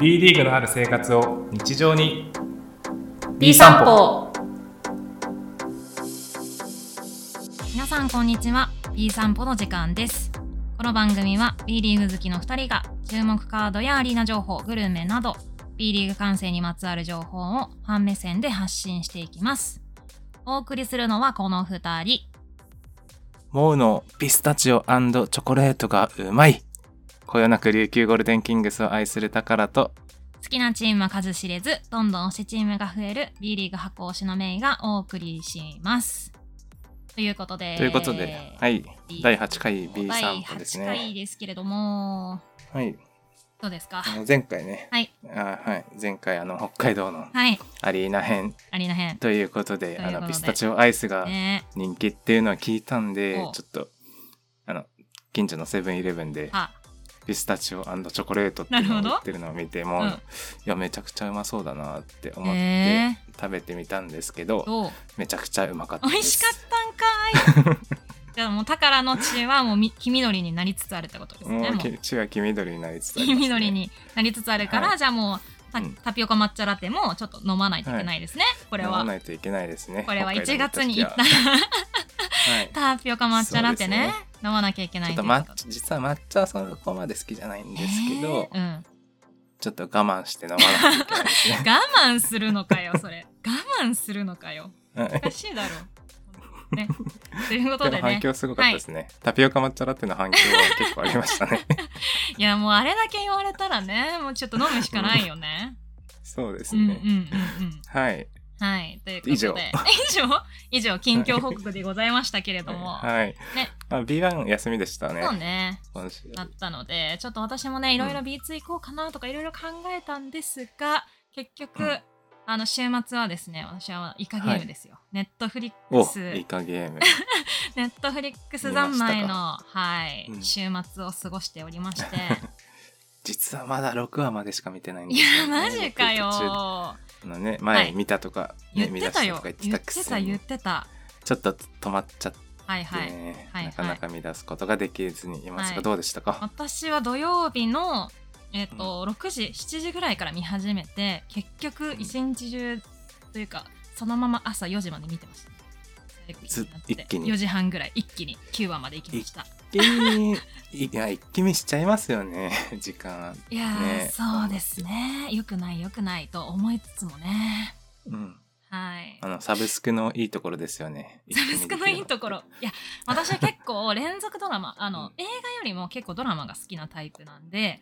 B リーグのある生活を日常に B 散歩皆さんこんにちは B 散歩の時間ですこの番組は B リーグ好きの2人が注目カードやアリーナ情報グルメなど B リーグ観戦にまつわる情報をファン目線で発信していきますお送りするのはこの2人モウのピスタチオチョコレートがうまいこよなく琉球ゴールデンキングスを愛する宝と好きなチームは数知れずどんどん推しチームが増える B リーグ箱推しのメイがお送りしますということでということで、はい第8回 B 散歩です第8回ねですけれども、はいどうですかあの前回ねはい。あはい前回あの北海道のはい。アリーナ編アリーナ編。ということでということあでのピスタチオアイスがね人気っていうのは聞いたんで、おちょっとあの近所のセブンイレブンでは、ピスタチオチョコレートっていうのなをるほ売どってるのを見てもう、うんいやめちゃくちゃうまそうだなって思って、え食べてみたんですけどどうめちゃくちゃうまかったです美味しかったんか いじゃあもう宝の血はもうみ黄緑になりつつあるってことですもね。うもきう血が黄緑になりつつありま黄すね緑になりつつあるから、はいじゃあもうタうんタピオカ抹茶ラテもちょっと飲まないといけないですね。これ飲まは。ないといけないですねこれは北1海道月に行っ行た時はいタピオカ抹茶ラテねそう飲まなきゃいけなちょいっとというこ抹茶実は抹茶はそこまで好きじゃないんですけど、えーうん、ちょっと我慢して飲まないといけないです ね我慢するのかよそれ我慢するのかよはいおかしいだろう、ね、ということ ででもね反響すごかったですね、タピオカ抹茶ラテの反響は結構ありましたねいやもうあれだけ言われたらねもうちょっと飲むしかないよね。そうですうんうんうんね、うん。はいはいということで以上以上 以上近況報告でございましたけれども、はい、ねあ B1 休みでしたねそうね今週だったのでちょっと私もねいろいろうん B2 行こうかなとかいろいろ考えたんですが結局、うんあの週末はですね私はイカゲームですよ、ネットフリッおクスイカゲー ムネットフリックス三見まし昧たの、はいうん週末を過ごしておりま して実はまだ6話までしか見てないんでいすよやねマジ途か中でよあのねは前い見たとか、ね言ってたよ見出しと言っか言っててたくせた言にってたちょっと止まっちゃってはいはい、ね、はいはいなかなか見出すことができずにいますが、はいどうでしたか、私は土曜日の、えっと6時7時ぐらいから見始めて結局ん一日中というかそのまま朝4時まで見てました、ね、ず一気に4時半ぐらい一気に9話まで行きました一気にいや一気見しちゃいますよね時間いやー、ねそうですねよくないよくないと思いつつもねうんはいあのサブスクのいいところですよねサブスクのいいところいや私は結構連続ドラマあうの、ん映画よりも結構ドラマが好きなタイプなんで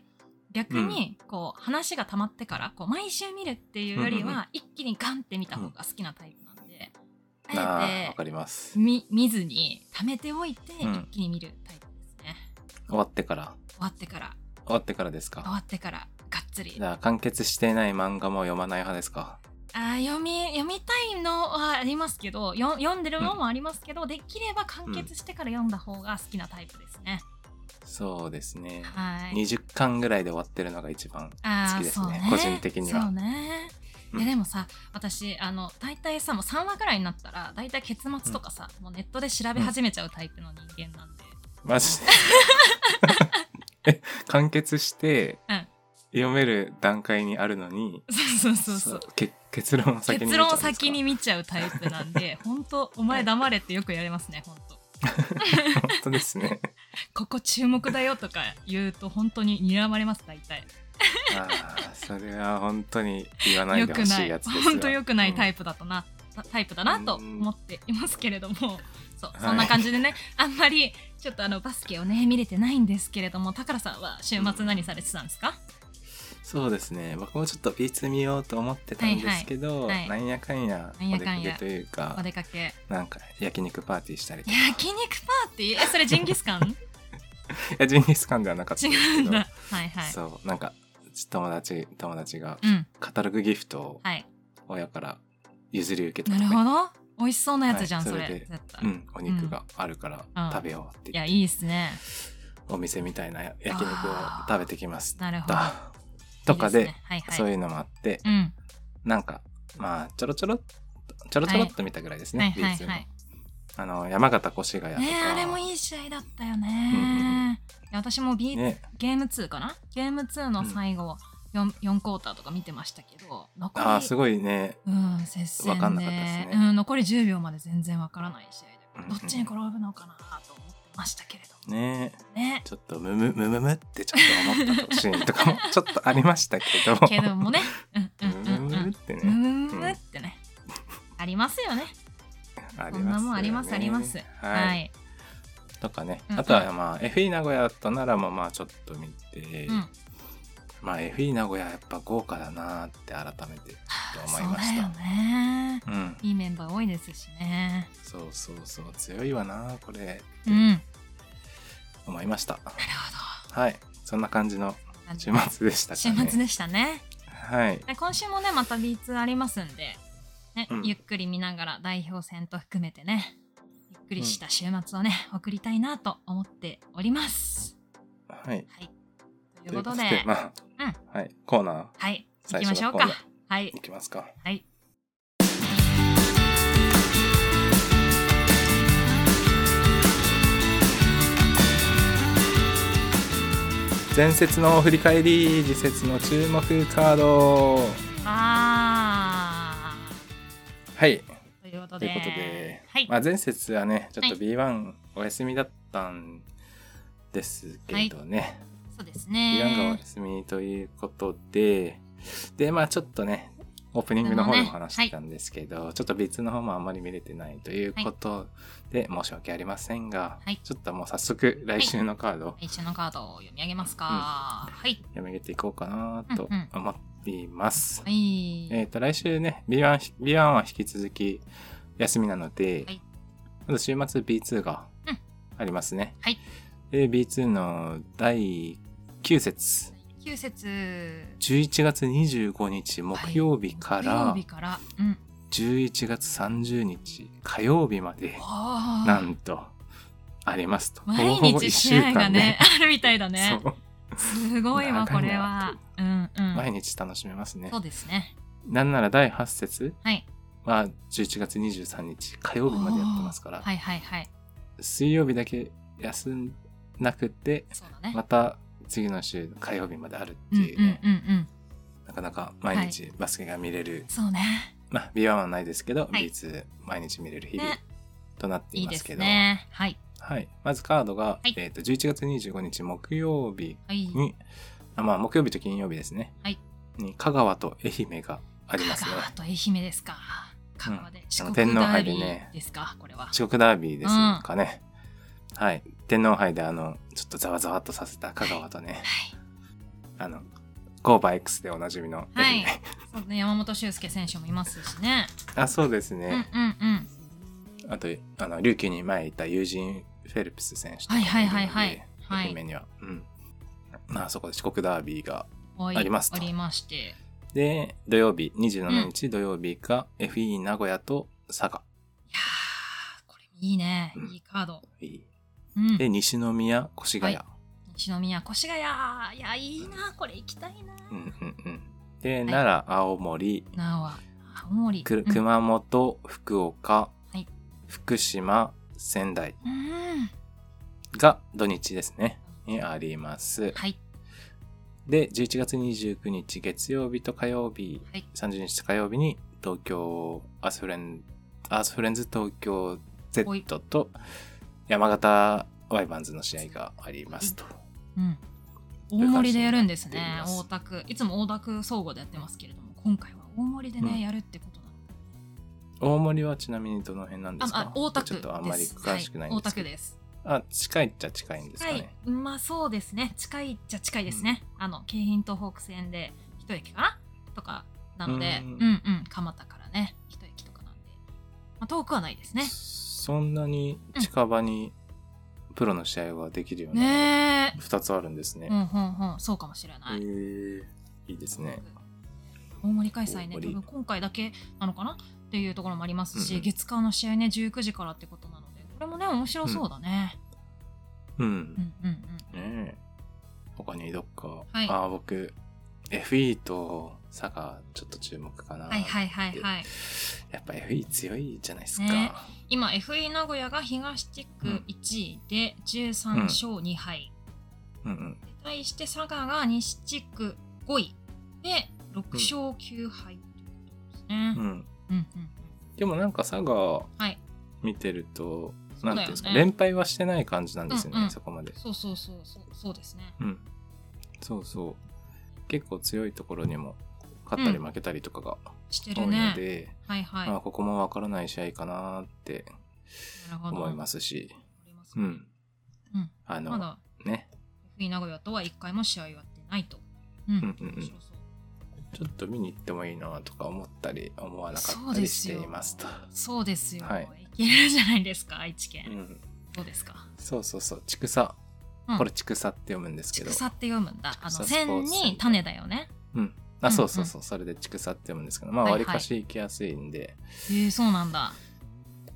逆にこう、話が溜まってからこう毎週見るっていうよりうんうんうは一気にガンって見た方が好きなタイプなんで、なああわえかりますて見見ずに溜めておいてうん一気に見るタイプですね、終わってから終わってから終わってからです終かわってからがっつりじゃあ完結していない漫画も読まない派ですかあー読み読みたいのはありますけどよ読んでるのもありますけど、できれば完結してから読んだ方が好きなタイプですね、そうですね、はい20巻ぐらいで終わってるのが一番あ好ーきですそうね個人的にはそうねうんいやでもさ私あの大体さもう3話ぐらいになったら大体結末とかさ、もうネットで調べ始めちゃうタイプの人間なんで、マジでえ 完結して、うん読める段階にあるのに そうそうそうそうけ結論を先に結見ちゃうんで論すをか先に見ちゃうタイプなんで本当お前黙れってよく言われますね本当本当ですね ここ注目だよとか言うと本当に睨まれます大体あーそれは本当に言わないよでくほしないやいつですよ本当よくないタイイプだとな、たタイプだなとうん思っていますけれどもそうはいそんな感じでね、あんまりちょっとあのバスケをね見れてないんですけれども宝さんは週末何されてたんですか、そうですね僕もちょっと B2 見ようと思ってたんですけど、はいはいはいなんやかんやなんおや出かかんやけというかお出かけなんか焼肉パーティーしたりとか焼肉パーティーえそれジンギスカ ンいやジンギスカンではなかった違ん ですうけんど、だはいはいそうなんか友達友達がうんカタログギフトをはい親から譲り受けたなとるかほど美味しそうなやつじゃはん、いそれそれで絶対、うん、お肉があるからうん食べようってい言っやて、いいですねお店みたいな焼肉を食べてきますなるほどだとかでいいすねはいはいそういうのもあって、うんなんかまあちょろちょろっとちょろちょろっと見たぐらいですはいね、はい B2 はいのあの山形越谷とか、ねえあれもいい試合だったよね、うんうんうんいや私も B2 ねゲーム2かなゲーム2の最後、 4, 四クォーターとか見てましたけど残りああ、すごいね。うん、接戦わかんなかったですねうん、残り10秒まで全然わからない試合うんうんでどっちに転ぶのかなと思ってましたけれどもね ねちょっとムムムムムってちょっと思ったシーンと かもちょっとありましたけど。けどもねうんうム んうムんムうムんってムね。ムムムってねありますよねあこんなもんありますありますよねははい。いとかね。うんうんあとはまあ FE 名古屋と奈良もまあちょっと見てう、んまあ FE 名古屋やっぱ豪華だなーって改めてちょっと思そいうまだしよた。ねうん。いいメンバー多いですしねそうそうそう強いわなこれってうんなる思いました。ほはい。そんな感じのど週末でしたか週ね。末でしたねはい。で今週もねまた B2 ありますんで、ねうんゆっくり見ながら代表戦と含めてねゆっくりした週末をね、送りたいなと思っております。はい。はい、ということとでいうまあ、はい。コーナーはい行最きまし初のょうコーナかー。はいい、きますか。はい、前節の振り返り、次節の注目カード。あはい。ーということとでいうことで、はい、まあ、前節はね、ちょっとは B1 お休みだったんですけどね、そうです B1 がおね。休みということで、で、まあちょっとね、オープニングの方でも話してたんですけど、ちょっと B2 の方もあんまり見れてないということで、申し訳ありませんが、はいちょっともう早速来週のカードを一緒のカードを読み上げますか。はい読み上げていこうかなと思っています。はい、えっ、と、来週ね、B1 ひ、B1 は引き続き休みなので、はいまず週末 B2 がうんありますね。はいで、B2 の第9節、九節11月25日木曜日か木曜ら日から、うん、 11月30日火曜日まで、あーなんと、ありますと。毎ほぼほぼ日一試合がね週間あるみたいだね そうすごいわこ長いなれはうんうん毎日楽しめますねそ。うですねなんなら第8節はいは11月23日火曜日までやってますから、はいはいはい水曜日だけ休んなくてそうだねまた次の週火曜日まであるってうんうんいうね、うんうんなかなか毎日バスケが見れる、そうねまあ B1 はないですけど、はい B2 毎日見れる日々ねとなっていいいまですすけどねはいはい、まずカードが、はいえー、と11月25日木曜日はいに、あまあ、木曜日と金曜日ですね、はいに香川と愛媛があります香ね川と愛媛ですか香川で四国ダ天皇ー杯でビねーですかこれは四国ダービーですかね、はい天皇杯であのちょっとざわざわっとさせた香川とね、はいあの、ゴーバー X でおなじみの。はいそうね山本修介選手もいますしね あ、そうですうんうんね。うんあと、あの、琉球に前いた友人フェルプス選手とかもはいいるので。はいはいはいはい愛媛には。うん。まあ、そこで四国ダービーが。おいありますとおりましてで、土曜日、27日土曜日が FE 名古屋と佐賀。いやーこれいいねうんいいカードで、うん西宮、越谷。は西宮越谷いやいいなこれ行きたいな、うんうんうん。で、奈良、青森、なおは青森くうん熊本、福岡、はい福島、仙台うんが土日ですね。にあります。はいで、11月29日月曜日と火曜日、はい30日と火曜日に東京アースフレン、アースフレンズ東京 Z と山形ワイバンズの試合がありますと。うん大いう感じ盛りでやるんですになっていねます大田区いつも大田区総合でやってますけれども今回は大盛りでね、うんやるってことなの大森はちなみにどの辺なんですあかあ大田区ちょでっすとあんまり詳しくないんでは大田すけ区ど。ですあ、近いっちゃ近いんですかはね。いまあそうですね近いっちゃ近いですね、あの京浜東北線で一駅かなとかなのでううんんうん蒲田からね一駅とかなんで、まあ、遠くはないですねそんなに近場にプロの試合はできるようなねえ2つあるんですね。うんうんうんそうかもしれなへい、ーいいですね。大盛り開催ね大多盛り分今回だけなのかなっていうところもありますし、うんうん月間の試合ね19時からってことなのでこれもね面白そうだね、うんう。ん、うんうんねえ他にどっか、はいああ僕 FE と佐賀ちょっと注目かな、はいはいはいはいやっぱ FE 強いじゃないですか、ね今 FE 名古屋が東地区1位で13勝2敗、うんうん対して佐賀が西地区5位で6勝9敗ということですね。うん。うんうんうんでもなんか佐賀はい見てると、そうだなんてよねいうんですか、連敗はしてない感じなんですよね、うんうんそこまで。そうそうそうそうそうですね。うん。そうそう。結構強いところにも勝ったり負けたりとかがして多いるのね。で、はいはい。まあ、なここもわからない試合かなってるほど。思いますし、ありますうん。ねうんあの、まだね、 FE 名古屋とは1回も試合をやってないと。ううんん。うんうん面白そうちょっと見に行ってもいいなとか思ったり、思わなかそっうたでりしすてよいますと。そうですよ。はいい、けるじゃないですか、愛知う県。ん。どうですか。そうそうそう、ちくさうん。これちくさって読むんですけちどく。さって読むんだ。あちのくさスポーツセンター線に種だよね。うん。うんあ、そうそうそう、それでちくさって読むんですけど、まあ、はいはわりいかし行きやすいんで、へえそうなんだ。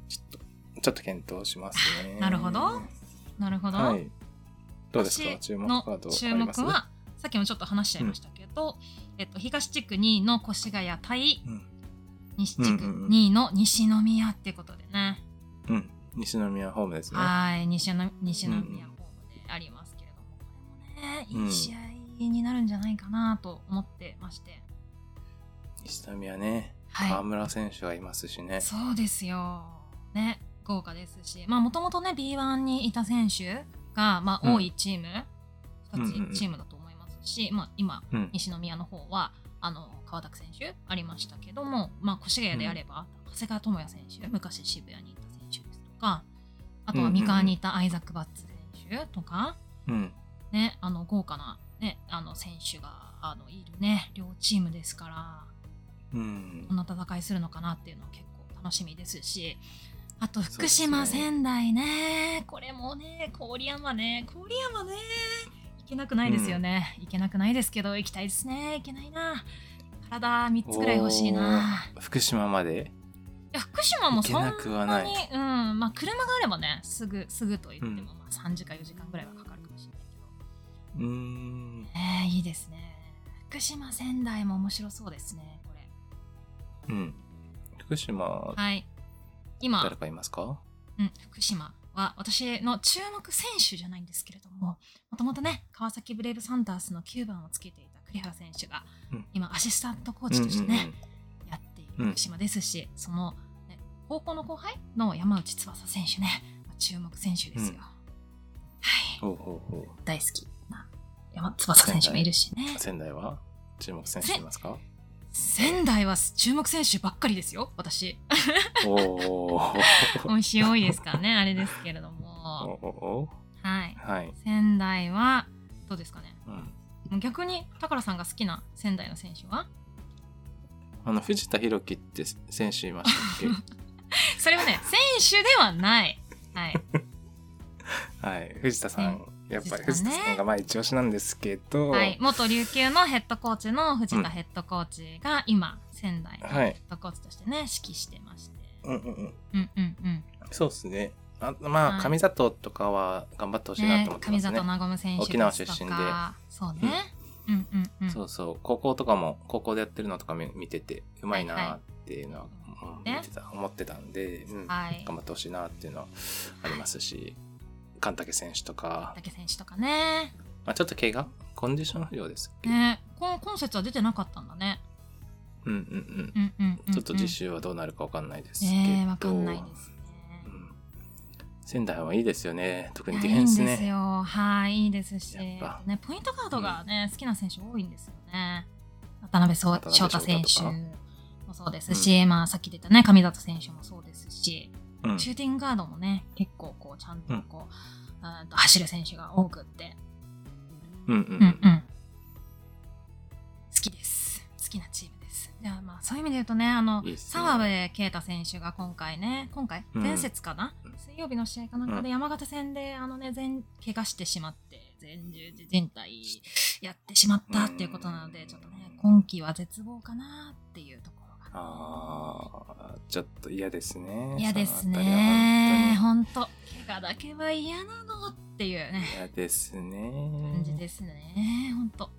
ちょっと、ちょっと検討しますね。 なるほどなるほど。はい。どうですか私注目のカード注あります目はさっきもちょっと話しちゃいましたけど、えっと東地区2位の越谷対うん。西地区うんうんうん2位の西宮ってことでね。うん。西宮ホームですね。はい、西の西宮ホームでありますけれども、これもね、いい試合になるんじゃないかなと思ってまして。西宮ね、はい河村選手がいますしね。そうですよ。ね、豪華ですし、まあもともとね、B1 にいた選手が、まあうん多いチーム、うんうん2うんつチームだと思いますし、まあ今、うん。西宮の方は、あの、川拓選手ありましたけども、まあ越谷であれば、長谷川智也選手、昔渋谷にいた選手ですとか、あとは三河にいたアイザック・バッツ選手とか、うん。ね、あの、豪華な、ね、あの、選手が、あの、いるね、両チームですから、うんどん。な戦いするのかなっていうのは結構楽しみですしあとそう福ですね島、仙台ねこれもね郡山ね郡山ね行けなくないですよね、行けなくないですけど行きたいですね行けないな体3つぐらい欲しいないおー福島まで。や福島もそんなに行けなくはないうんまあ、車があればねすぐすぐと言っても、うんまあ、3時間4時間ぐらいはかかるかもしれないけどうーん。えー、いいですね福島仙台も面白そうですねこれうん。福島、はい今誰かいますかうん、福島は私の注目選手じゃないんですけれどももともとね川崎ブレイブサンダースの9番をつけていた栗原選手が、うん今アシスタントコーチとしてね、うんうんうんやっている福島ですし、その、ね、高校の後輩の山内翼選手ね注目選手ですよ、うんはいほうほうほ大好きな山翼選手もいるしねう。仙台は注目選手います か仙台は注目選手ばっかりですよ私おー美味しい多いで すからねあれですけれどおもおおはいはい。仙台はどうですかねうん。逆に宝さんが好きな仙台の選手はあの、藤田弘樹って選手いましたっそれは ね選手ではないはい けはい。藤田さん、やっぱり藤藤田ね田さんがまあ一押しなんですけど、はい、元琉球のヘッドコーチの藤田ヘッドコーチが今仙台のはいヘッドコーチとしてね指揮してましてうんうんうん。うんうんうんそうですね。あまはいあ、上里とかは頑張ってほしいなねと思ってま上すね。里和む選手沖縄出身でですとかそうね、うん、うんうんそうそう。高校とかも、高校でやってるのとか見見てて、うまいはいはないっていうのは、うんね見てた思ってたんで、うんはい頑張ってほしいなっていうのはありますし、神武選手とか、竹選手とかねまあ、ちょっと怪我コンディション不良ですっけ、ねこ今節は出てなかったんだねうんうんうん。うんうんうんうんちょっと実習はどうなるかわかんないですけど。ねえわかんないですうねん仙台はいいですよね。特いにデやィフェンスいいんですね。よ。はい、いいですし、やっぱね、ポイントカードがね、好きな選手多いんですよね。渡辺そう渡辺翔太選手翔太とかもそうですし、まあさっき出たね、上里選手もそうですし、うんシューティングガードもね、結構こう、ちゃんとこう、うんと走る選手が多くって、うんううんうんん。好きです。好きなチームです。じゃあまあそういう意味で言うとね、あのいいっ、すね澤部圭太選手が今回ね、今回、うん前節かな、水曜日の試合かなんかでう山形戦で、あのね、全、怪我してしまって、全十字靭帯やってしまったっていうことなので、ちょっとね、今季は絶望かなっていうところが。あーちょっと嫌ですね。嫌ですそのあたりはね。本本当怪我だけは嫌なのっていう当にね、嫌ですね。感じですね。本当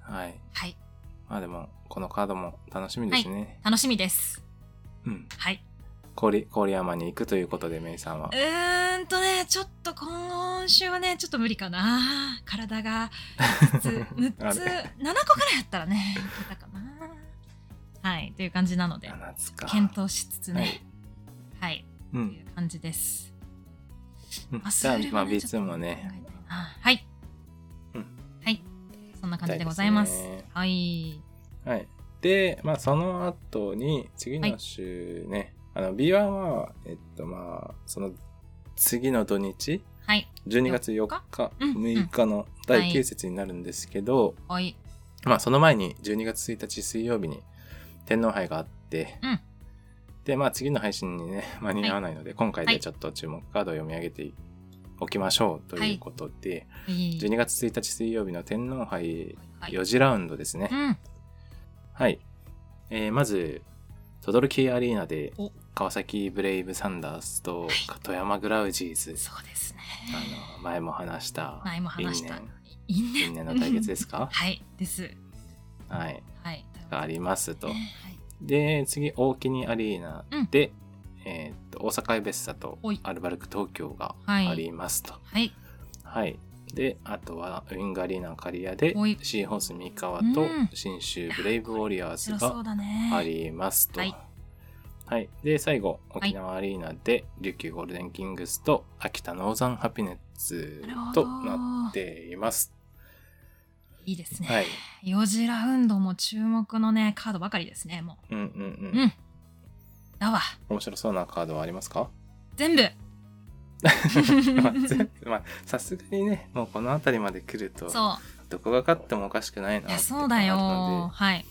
はい。はい。まあでも、このカードも楽しみですね。楽しみです。うん。はい。郡郡山に行くということで、メイさんはう。ーんとね、ちょっと今週はね、ちょっと無理かな。体が6つ、6つ、あれ7個ぐらいやったらね、いけたかな。はい、という感じなので、 7つか。検討しつつね、はい、うとんい。う感じです。うんあじゃあ、まあ、それはね B2 も考ね。えたいなはい、うんはい、そんな感じでございます。行きたいですねはい、はい。で、まあ、その後に、次の週ね、あの、B1 は、えっと、まあ、その、次の土日、はい、 12月4日日、うんうん6日の第9節になるんですけど、はい、まあ、その前に12月1日水曜日に天皇杯があって、うんで、まあ、次の配信にね、 間に合わないので、今回でちょっと注目カードを読み上げておきましょうということで、はい、 12月1日水曜日の天皇杯はい4次ラウンドですね。うん、はい。えーまず、トドルキーアリーナでお、川崎ブレイブサンダースとはい富山グラウジーズ、そうですね。あの前も話した前も話した因因縁因縁の対決ですかはい、です。はい。はい。がありますとね。で、次、大木にアリーナで、えーっと、大阪エベッサとおいアルバルク東京がはいありますと。はい。はい。で、あとは、ウィングアリーナカリアでおい、シーホース三河うとん、新州ブレイブウォリアーズ強そうがだね。ありますと。ははいい。で、最後、い沖縄アリーナで、琉球ゴールデンキングスと、秋田ノーザンハピネッツなるほどとなっています。いいですね。はい。四次ラウンドも注目のね、カードばかりですね、もうんうんう。う。うんん。だわ。面白そうなカードはありますか全部。まあぜまあさすがにねもうこの辺りまで来るとそどこが勝ってもおかしくないなっう。ていや、そうだよ。感はい。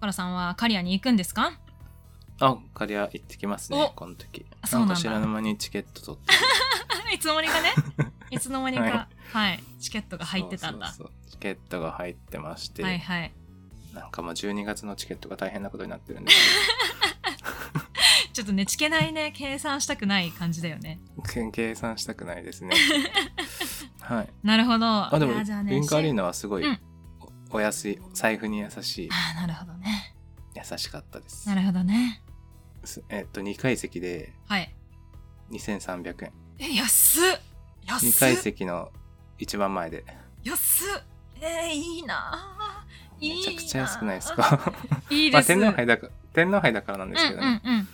所さんはカリアに行くんですか じであカリア行ってきますおねこの時あそうなんだか知らぬ間にチケット取ってあいつの間にかね。いつの間にか、はい。チケットが入ってたんだ。そうそうそうチケットが入ってまして、はいはい。なんかもう12月のチケットが大変なことになってるんですちょっとね、チケないね、計算したくない感じだよね。 けど計算したくないですねはいなるほど。あでもいやじゃあねウィンカーアリーナはすごいうんおお安い財布に優しいああ、なるほどね。優しかったですなるほどね。すえっと2階席ではい。 2300円え、安っ安っ2階席の一番前で安っえー、いいなぁいいめちゃくちゃ安くないですぁか いいまであす。天皇杯だから天皇杯だからなんですけど、うねんうん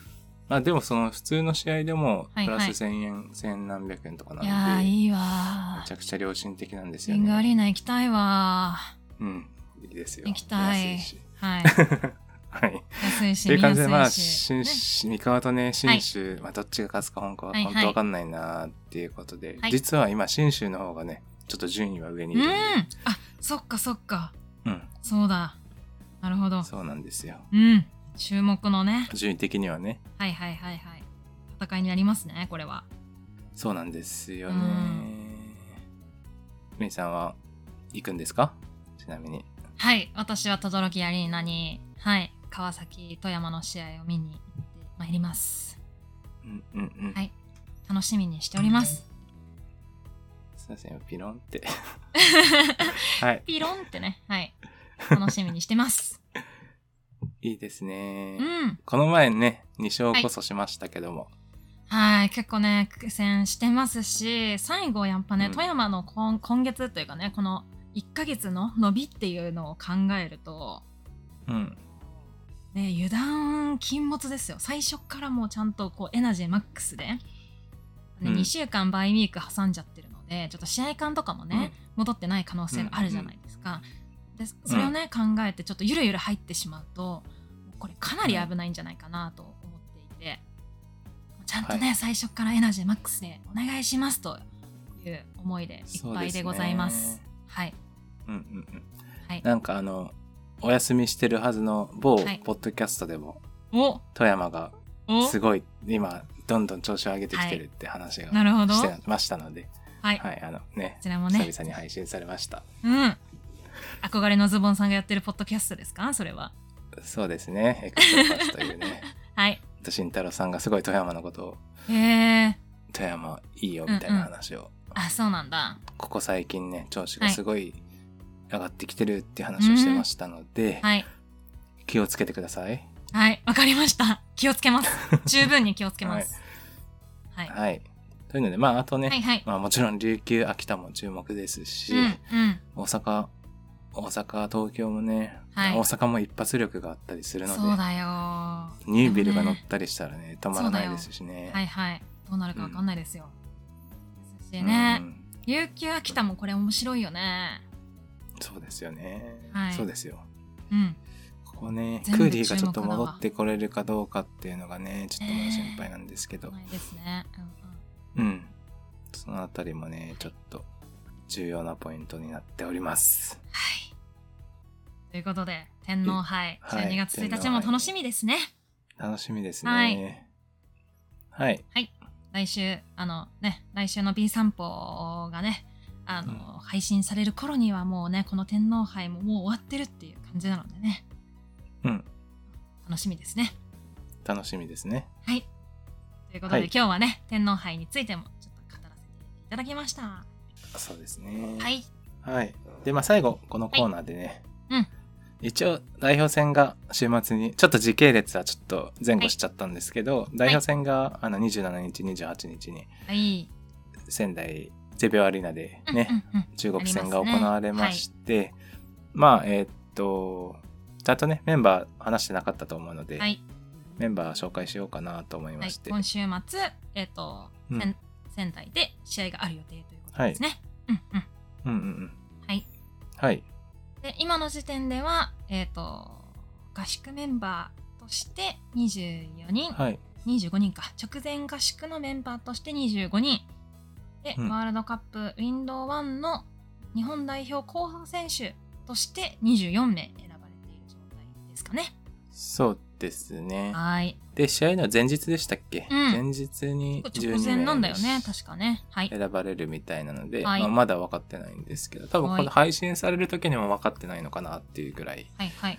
まあ、でもその普通の試合でもはいプはいラス1000円、1000何百円とかう。なんんいでやー、いいめわちゃくちゃ良心的なんですー。リよングアリねーナ行きたいわうんいいですよ行きたい安しー。はい。 はい安いし、という感じで見まやあすい新し。三河とね信州、まあ、どっちが勝つか本当ははいはい本当わかんないなーっていうことで、はい実は今信州の方がねちょっと順位は上にいねるうんんで、。あ、そっかそっか。うんそうだ。なるほど。そうなんですようん。注目のね。順位的にはねはいはいはいはい。戦いになりますね、これは。そうなんですよねう。メイさんは行くんですかちなみに。はい、私は轟アリーナに、はい、川崎、富山の試合を見に行ってまいります。うんうんうん。はい楽しみにしております。すいません、ピロンって。はい。 ピロンってね、はい、楽しみにしてます。 いいですねう。ん、この前ね、2勝こそしましたけども。はい、結構ね、苦戦してますし、最後やっぱね、うん富山の今今月というかね、この1ヶ月の伸びっていうのを考えると、うん。ね、油断禁物ですよ最初からもうちゃんとこうエナジーマックスで、ねうん2週間バイウィーク挟んじゃってるのでちょっと試合感とかもね、戻ってない可能性があるじゃないですか、でそれをね、考えてちょっとゆるゆる入ってしまうとこれかなり危ないんじゃないかなと思っていて、ちゃんとね、最初からエナジーマックスでお願いしますという思いでいっそうぱいですねでございますはいうんうんうん。はいなんかあの、お休みしてるはずの某はいポッドキャストでも、お富山がおすごい今、どんどん調子を上げてきてるって話がなるほどしはてましたので、い、こはい、あのね、ちらもね久々に配信されました。うん。憧れのズボンさんがやってるポッドキャストですかそれは。そうですね、エクストパスという ね。はい。と慎太郎さんがすごい富山のことをへえ。富山いいよみたいな話を、あ、そうなんだ。ここ最近ね調子がすごい上がってきてるっていう話をしてましたので、はい。気をつけてくださいはい、わかりました。気をつ けます。十分に気をつけます。はい。ははい。というので、まあ、あとね、い、はい。まあ、もちろん琉球、秋田も注目ですし、うん、うん。大阪、大阪、東京もね、はい大阪も一発力があったりするのそうで、だよー。はニュービルが乗ったりしたらね、止まらないですしね。い、はい。どうなるかわかんないですよ。優しいね。うん琉球秋田もこれ面白いよね。そうですよね、はいそうですよ。うん。ここね、ク全部ーリーがちょっと注目だわ戻ってこれるかどうかっていうのがね、ちょっとまだ心配なんですけど、ないですね。うんうんうん。そのあたりもね、ちょっと重要なポイントになっております。はい。ということで、天皇杯、はい12月1日天皇も杯楽しみですね。楽しみですね。はい。来週、あのね、来週の B 散歩がね、あの、配信される頃にはもうね、この天皇杯ももう終わってるっていう感じなのでね、うん。楽しみですね。楽しみですね。はい。ということで、はい今日はね、天皇杯についてもちょっと語らせていただきました。そうですね。は。い。はい。で、まあ最後、このコーナーでね、はいうん一応、代表戦が週末に、ちょっと時系列はちょっと前後しちゃったんですけど、代表戦があの27日、28日にはい。仙台ゼビオアリーナでね、うんうんうん中国戦がありますね行われまして、まあ、えーっと、ちゃんとね、メンバー話してなかったと思うので、はい。メンバー紹介しようかなと思いはまいし、て。今週末、えっ、と、うん仙仙台で試合がある予定ということですね。うんうん。うんうんうん。はい。はい。で、今の時点では、えっ、と、合宿メンバーとして24人、はい。 25人か。直前合宿のメンバーとして25人。で、うんワールドカップウィンドウ1の日本代表候補選手として24名選ばれている状態ですかね。そうですね。はい。で、試合の前日でしたっけ、うん前日に直前なんだよね、か確かね。はい。選ばれるみたいなので、はいまあ、まだ分かってないんですけど、多分こはいの配信される時にも分かってないのかなっていうぐらいはいはい。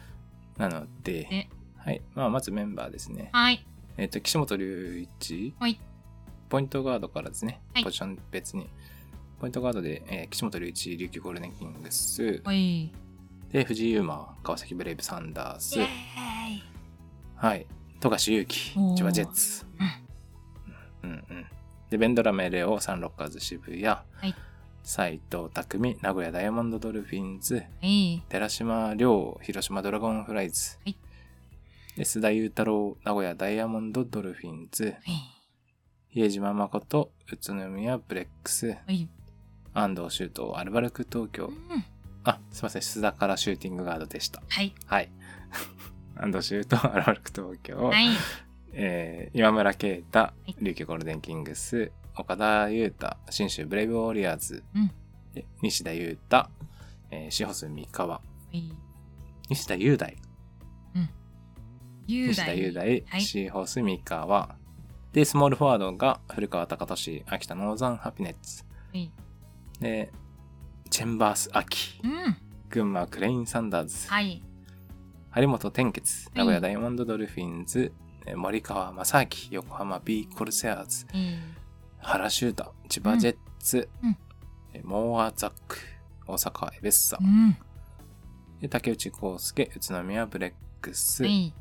なのでで、はい。まあ、まずメンバーですね。はい。えっ、と、岸本隆一、はいポイントガードからですね、はいポジション別に。ポイントガードで、えー岸本隆一、琉球ゴールデンキングス、はい。で、藤井優馬、川崎ブレイブサンダース、ーイはい、富樫勇樹おー、千葉ジェッツ、うんうん、で、ベンドラメレオ、サンロッカーズ渋谷、い斎藤匠、名古屋ダイヤモンドドルフィンズ、はい。寺島亮、広島ドラゴンフライズ、はいで須田雄太郎、名古屋ダイヤモンドドルフィンズ、はい。比江島誠、宇都宮ブレックス、はい。安藤周東、アルバルク東京う。んあ、すいません、須田からシューティングガードでした。はい。はい。 安藤周東、アルバルク東京。はい。えー今村圭太い、琉球ゴールデンキングス、岡田優太、信州ブレイブウォリアーズ、うんで西田優太、えー、志保須三河、はい。西田雄大、雄西田大。雄雄大。大は、い志保須三河、で、スモールフォワードが古川隆俊、秋田ノーザンハピネッツ、はい。で、チェンバース・秋う、ん。群馬クレイン・サンダーズ、はい。張本天傑、い名古屋ダイヤモンドドルフィンズ、えー森川正明、横浜 B コルセアーズ、はい。原修太、千葉ジェッツ、うんえモーアザック、大阪エベッサ、うん。で竹内康介、宇都宮ブレックス、はい。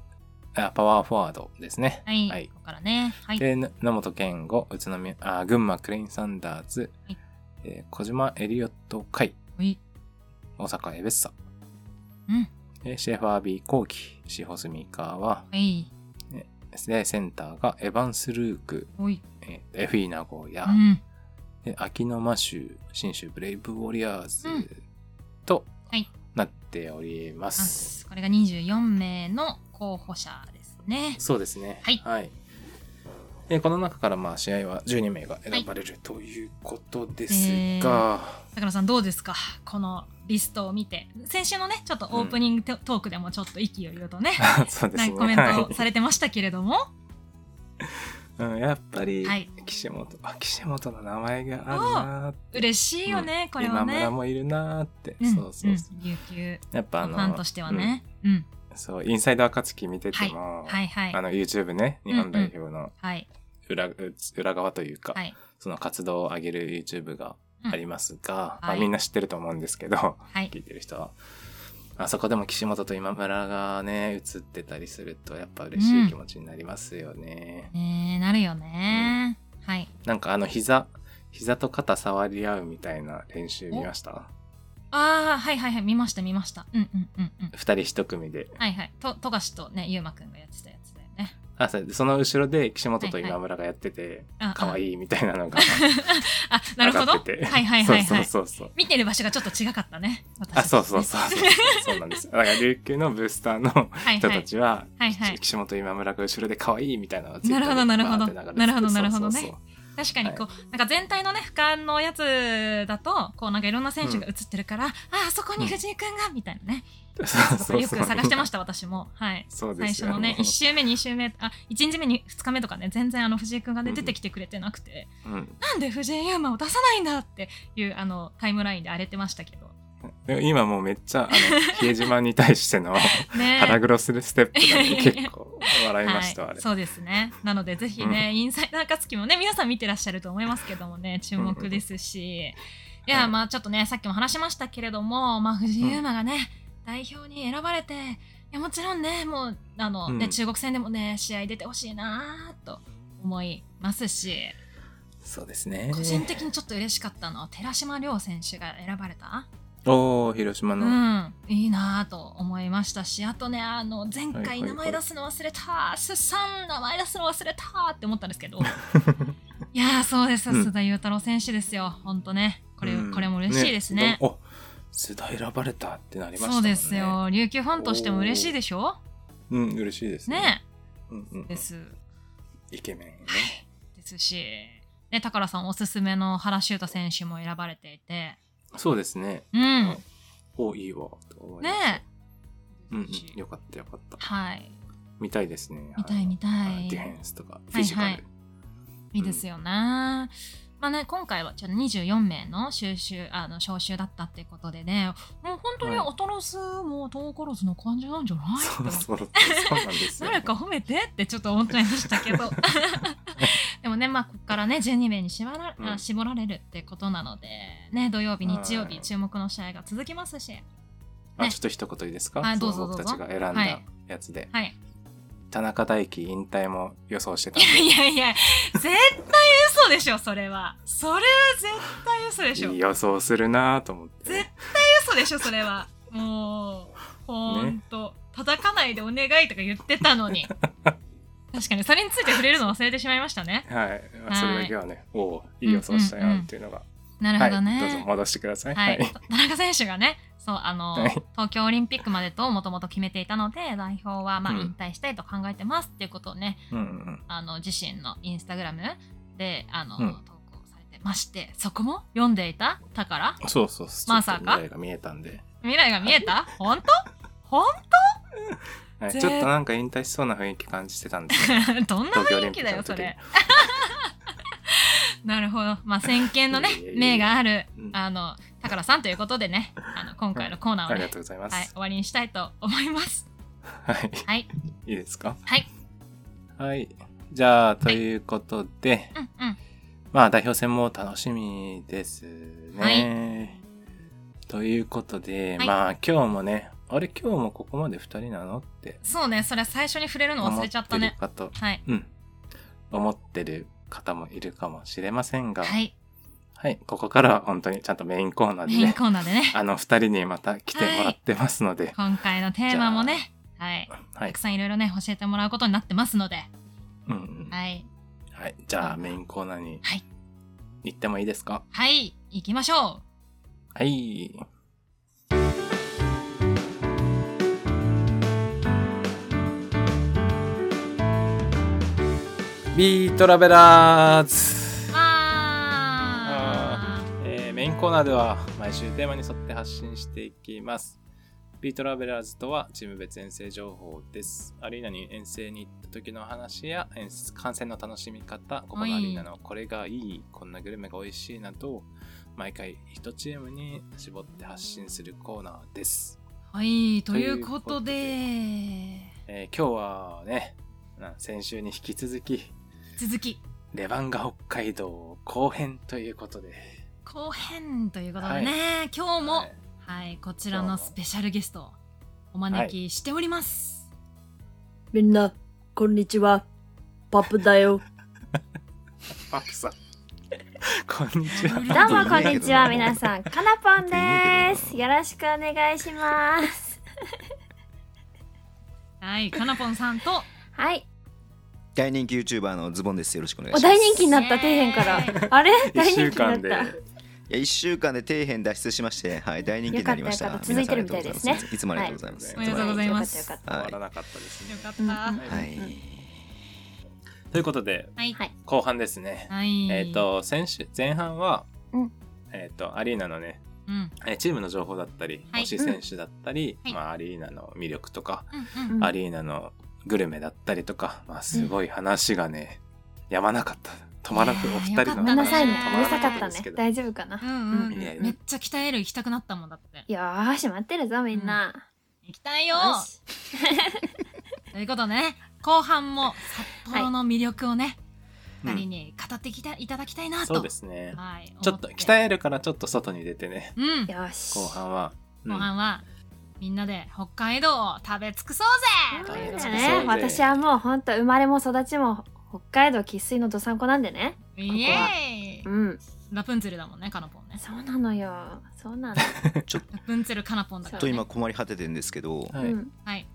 あパワーフォワードですね。はい。はいここからね。はい。で、ぬ野本健吾、宇都宮、あ群馬クレインサンダーズ、はいえー小島エリオット海、はい。大阪エベッサ、うん。でシェファービー・コーキ、シホスミカワ、はい。で、センターがエヴァンス・ルーク、はい。えーエフィー名古屋、うん。で、秋の間州、新州ブレイブウォリアーズ、うんとはいなっておりまあす。これが24名の候補者ですね。そうですね。はいでこの中からまあ試合は12名が選ばれるということですが、高野さんどうですかこのリストを見て。先週のね、ちょっとオープニングトトークでもちょっと意気揚々とね、そうですなんね。かコメントされてましたけれども、はいうん、やっぱり、はい岸本、あ、岸本の名前があるなーって。嬉しいよね、これは今ね。村もいるなーって、うんそうそうそう。うん、琉球やっぱあフの、ァンとしてはね。うん。うんそう、インサイド暁見てても、はいはいあ。の YouTube ね、日本代表のはい。裏,、裏側というか、はい。その活動を上げる YouTube がありますが、うんまはあ、いみんな知ってると思うんですけど、 はい聞。いてる人は。あそこでも岸本と今村がね映ってたりするとやっぱ嬉しい気持ちになりますよね、ねえなるよね、はいなんかあの膝膝と肩触り合うみたいな練習見ましたああはいはいはい見ました見ましたうんうんうんうん二人一組ではいはいと富樫とねゆうまくんがやってたやつだよねあそうその後ろで岸本と今村がやっててはいはいあ可愛、いいみたいなの があなるほどは上がっていてはいはいはいそうそうそうそう見てる場所がちょっと違かったね私あたちそうねそうそうそうそうなんですだから琉球のブースターの はい人はたいちは、はいはい岸本今村が後ろで可愛いみたいなのをなるほどなるほど Twitter でバーって流れててなるほどなるほどねそうそうそう確かにこう、なんか全体のね俯瞰のやつだとこうなんかいろんな選手が映ってるから、ああそこに藤井くんが、みたいなねそうそとうかよく探してましした私もはいた。そう最です初よのね1周目2 周目あ1日目に2日目とかね全然あの藤井くんが、ね、出てきてくれてなくて、うんなんで藤井優馬を出さないんだっていうあのタイムラインで荒れてましたけどでも今もうめっちゃ、あの、比江島に対して の ね腹黒するステップがね え結構笑いました、はあい、れ。そうですねなのでぜひね、インサイダー暁もね皆さん見てらっしゃると思いますけどもね注目ですし、いや、はいまあちょっとねさっきも話しましたけれども、まあ、藤井優馬がね、代表に選ばれていやもちろんねもうあの、ねうん中国戦でもね試合出てほしいなと思いますしそうですね個。人的にちょっと嬉しかったのは寺島亮選手が選ばれたおー、広島うの。ん、いいなぁと思いましたしあとねあの前はいはい回はい名前出すの忘れた、すっさん名前出すの忘れたって思ったんで すけどいやーそうですよ、うん須田雄太郎選手ですよほんとねこれ,、うんこれも嬉しいですねどお、須田選ばれたってなりましたもそうんね。です。よ琉球ファンとしても嬉しいでしょうん、嬉しいですね。ねうんうんうでん。すイケメンね。ですしね宝さんおすすめの原修太選手も選ばれていてそうですね。うん、はいお、いいわ、と思いました。ねうんうん。よかった、よかった。はい見たいですね。見たい見たあのいディフェンスとか、フィジカル。はいはいいいですよね。まあね、今回はちょっと24名の収集あの招集だったってことでねもう本当にはいアトロス、もトーコロスの感じなんじゃないってそ思うってそう、そうなんですよ。誰か褒めてってちょっと思っちゃいました けどでもねまあここからね12名に絞ら,、うん絞られるってことなのでね土曜日はい日曜日注目の試合が続きますしあ、ねちょっと一言いいですか、はいそのどうぞ僕どうたぞちが選んだはいやつで。はい田中大輝引退も予想してたんで。いやいやいや絶対嘘でしょそれはそれは絶対嘘でしょいい予想するなぁと思って。絶嘘でしょそれはもうほんと、叩かないでお願いとか言ってたの に確かにそれについて触れるの忘れてしまいましたねはい。はいそれだけはね、おおういい予想したよっていうのが。なるほどね、はい。どうぞ戻してください。ははいい。田中選手がねそうあの、はい東京オリンピックまでともともと決めていたので代表はまあうん引退したいと考えてますっていうことをね、うんうんあの自身のインスタグラムであの、うん投稿されてましてそこも読んでいた宝うん。そうそう。ちょっとまさか未来が見えたんで。未来が見えた本当本 はい。ぜちょっとなんか引退しそうな雰囲気感じてたんです よ。当どんな東京オリ雰囲ンピ気ッだクよのそ時にれ。なるほど。まあ、先見のねいやいやい、や目があるうん、あの、宝さんということでね、あの、今回のコーナあーをりがね、とうございまはい、す。終わりにしたいと思います。はい。はい。いいですかはい。はい。じゃあ、ということで、うんうん。まあ代表戦も楽しみですはね。ということで、はいまあ今日もね、あれ今日もここまで2人なのってそうね、それ最初に触れるの忘れちゃったね。思ってる方、はい。うん、思ってる方もいるかもしれませんが、ははい、い。ここからは本当にちゃんとメインコーナーメでインね、コーナーでね、あの2人にまた来てもらってますので、今回のテーマもね、はい。はたいく。さんいろいろね、教えてもらうことになってますので、うんうんはい。はい。じゃあメインコーナーにはい行ってもいいですかはい。行きましょう。はい。ビートラベラーズ、あー。えーメインコーナーでは毎週テーマに沿って発信していきます。ビートラベラーズとはチーム別遠征情報です。アリーナに遠征に行った時の話や遠征観戦の楽しみ方、ここのアリーナのこれがいい、こんなグルメが美味しいなど、毎回一チームに絞って発信するコーナーです。はい、とといいううここととでで、えー今日はね、な先週に引き続き、続き、レバンガ北海道後編ということで。後編ということでね、今日も、ははいい、こちらのスペシャルゲストをお招きしております。みんな、こんにちは。パプだよ。パクさん。 こんにちは。どうもこんにちはみな皆さんかなぽんですよろしくお願いしますはい、かなぽんさんとはい大人気 YouTuber のズボンですよろしくお願いおします大人気になった底辺かイエーらあれ1大人週気間にでなっいや1週間で底辺脱出しましてはい大人気になりましたよかったよかった皆さんあ続いてるみたいりがとうござですますいつもありがとうございます、はいおめでとうございますよかったよ終わかっはらなかったですねよ。かっうんた。うんい、はいということで、はい。はい後半ですね。はい。えっ、、と、先週、前半は、うんえっ、と、アリーナのね、うん。えーチームの情報だったり、はい推し選手だったり、うんまあ、アリーナの魅力とか、うんうんアリーナのグルメだったりとか、まあ、すごい話がね、やまなかった。止まらく、いやーお二人のよかたっごめたんなさいね止うまるらさなかっかたですねけど大丈夫かなうん。うんうん。いやいやめっちゃ鍛える行きたくなったもんだって。よーし待ってるぞみんな、行きたいよよしということでね、後半も札幌の魅力をね、は二い人に語ってきたいただきたいなと。そうですね。はい。ちょっと、思鍛えるからちょっと外に出てね、うん。よし後半は。うん後半は、みんなで北海道を食べ尽くそうぜとそういだうよ食べこと尽でくそうね私はもうほんと生まれも育ちも北海道生粋のどさんこなんでねイエーイうんラプンツェルだもんね、カナポンね。そうなのよそうなの、ラプンツェルカナポンだちょかっら、とね。今困り果ててんですけどはいうんはい。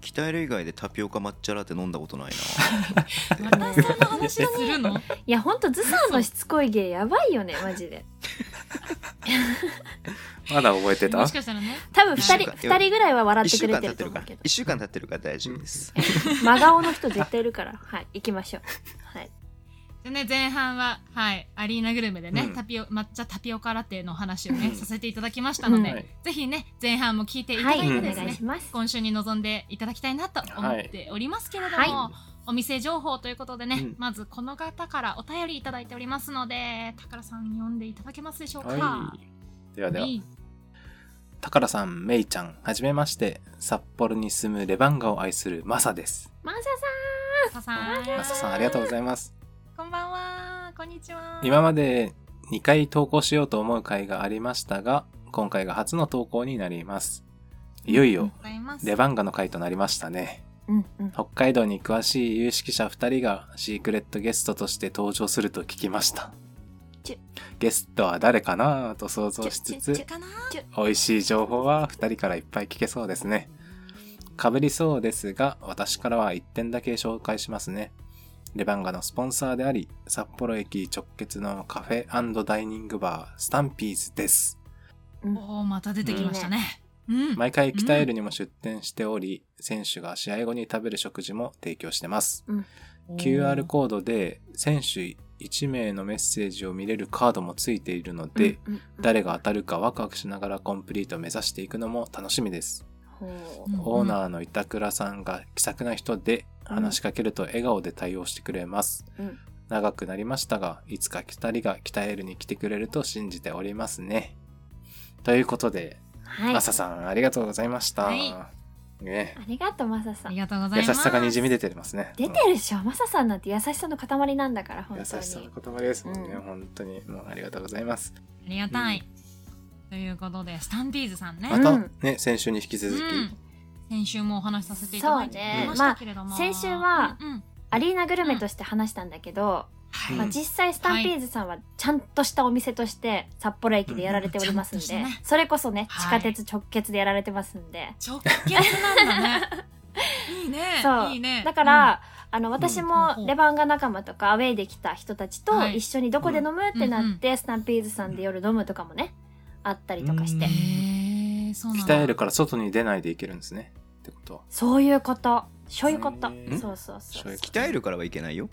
鍛える以外でタピオカ抹茶ラテ飲んだことないまたそんな話するのいやほんとずさんのしつこい芸やばいよねマジでまだ覚えてたもしかしたらね。多分二一週人間二人ぐらいはな笑って1く週れ間て経っるとてる思かうらけど1週間経ってるから大丈夫です真顔の人絶対いるからはい行きましょうはいでね、前半は、はい、アリーナグルメでね、うんタピオ抹茶タピオカラテのお話をね、うんさせていただきましたので、はいぜひね、前半も聞いていただはいいておですね、願いします今週に臨んでいただきたいなと思っておりますけれども、はお店情報ということでね、うんまずこの方からお便りいただいておりますので、たからさん読んでいただけますでしょうか。はい。ではでは。いたからさん、めいちゃん、はじめまして。札幌に住むレバンガを愛するマサです。マサささん、マサさん、ありがとうございます。こんばんは、こんにちは。今まで2回投稿しようと思う回がありましたが、今回が初の投稿になります。いよいよ、ございます。レバンガの回となりましたね。さんうんうん北海道に詳しい有識者2人がシークレットゲストとして登場すると聞きましたちゅ。ゲストは誰かなぁと想像しつちゅちゅちつゅ、かな美味しい情報は2人からいっぱい聞けそうですね。かぶりそうですが、私からは1点だけ紹介しますね。レバンガのスポンサーであり、札幌駅直結のカフェダイニングバー、スタンピーズです。おお、また出てきましたね。うん。毎回鍛えるにも出店しており、選手が試合後に食べる食事も提供してます。QR コードで選手1名のメッセージを見れるカードもついているので、うんうんうん誰が当たるかワクワクしながらコンプリートを目指していくのも楽しみです。ほうんオーナーの板倉さんが気さくな人でうん話しかけると笑顔で対応してくれます。ううん長くなりましたが、いつか2人が鍛えるに来てくれると信じておりますね。ということで、はいマサさんありがとうございました。はいね、ありがとうマサあさりんがとうござい優ます。しさがにじみ出てますね。出てるでしょマサさんなんて優しさの塊なんだからうん本優当しさにの塊ですもんね、うん本当に。もうありがとうございます。ありがたい。ということで、スタンディーズさんね。またね、先週に引き続き、うん先週もお話しさせていただいそてうねましたけれども、まあ先週はうんうんアリーナグルメとして話したんだけどうんまあ実際スタンピーズさんはちゃんとしたお店として札幌駅でやられておりますんうんちゃんでとしたねそれこそね地は下い鉄直結でやられてますんで直結なんだ ね。いいね。そういいね。だから、あの私ほうほもうレバンガ仲間とかアウェイで来た人たちとはい一緒にどこで飲むってなって、スタンピーズさんで夜飲むとかもねあったりとかして、う、うんんへえ、そうなんだ。鍛えるから外に出ないでいけるんですね。ってことは。そういうことそういうことうんそうそうそうそういういこと鍛えるからはいけないよ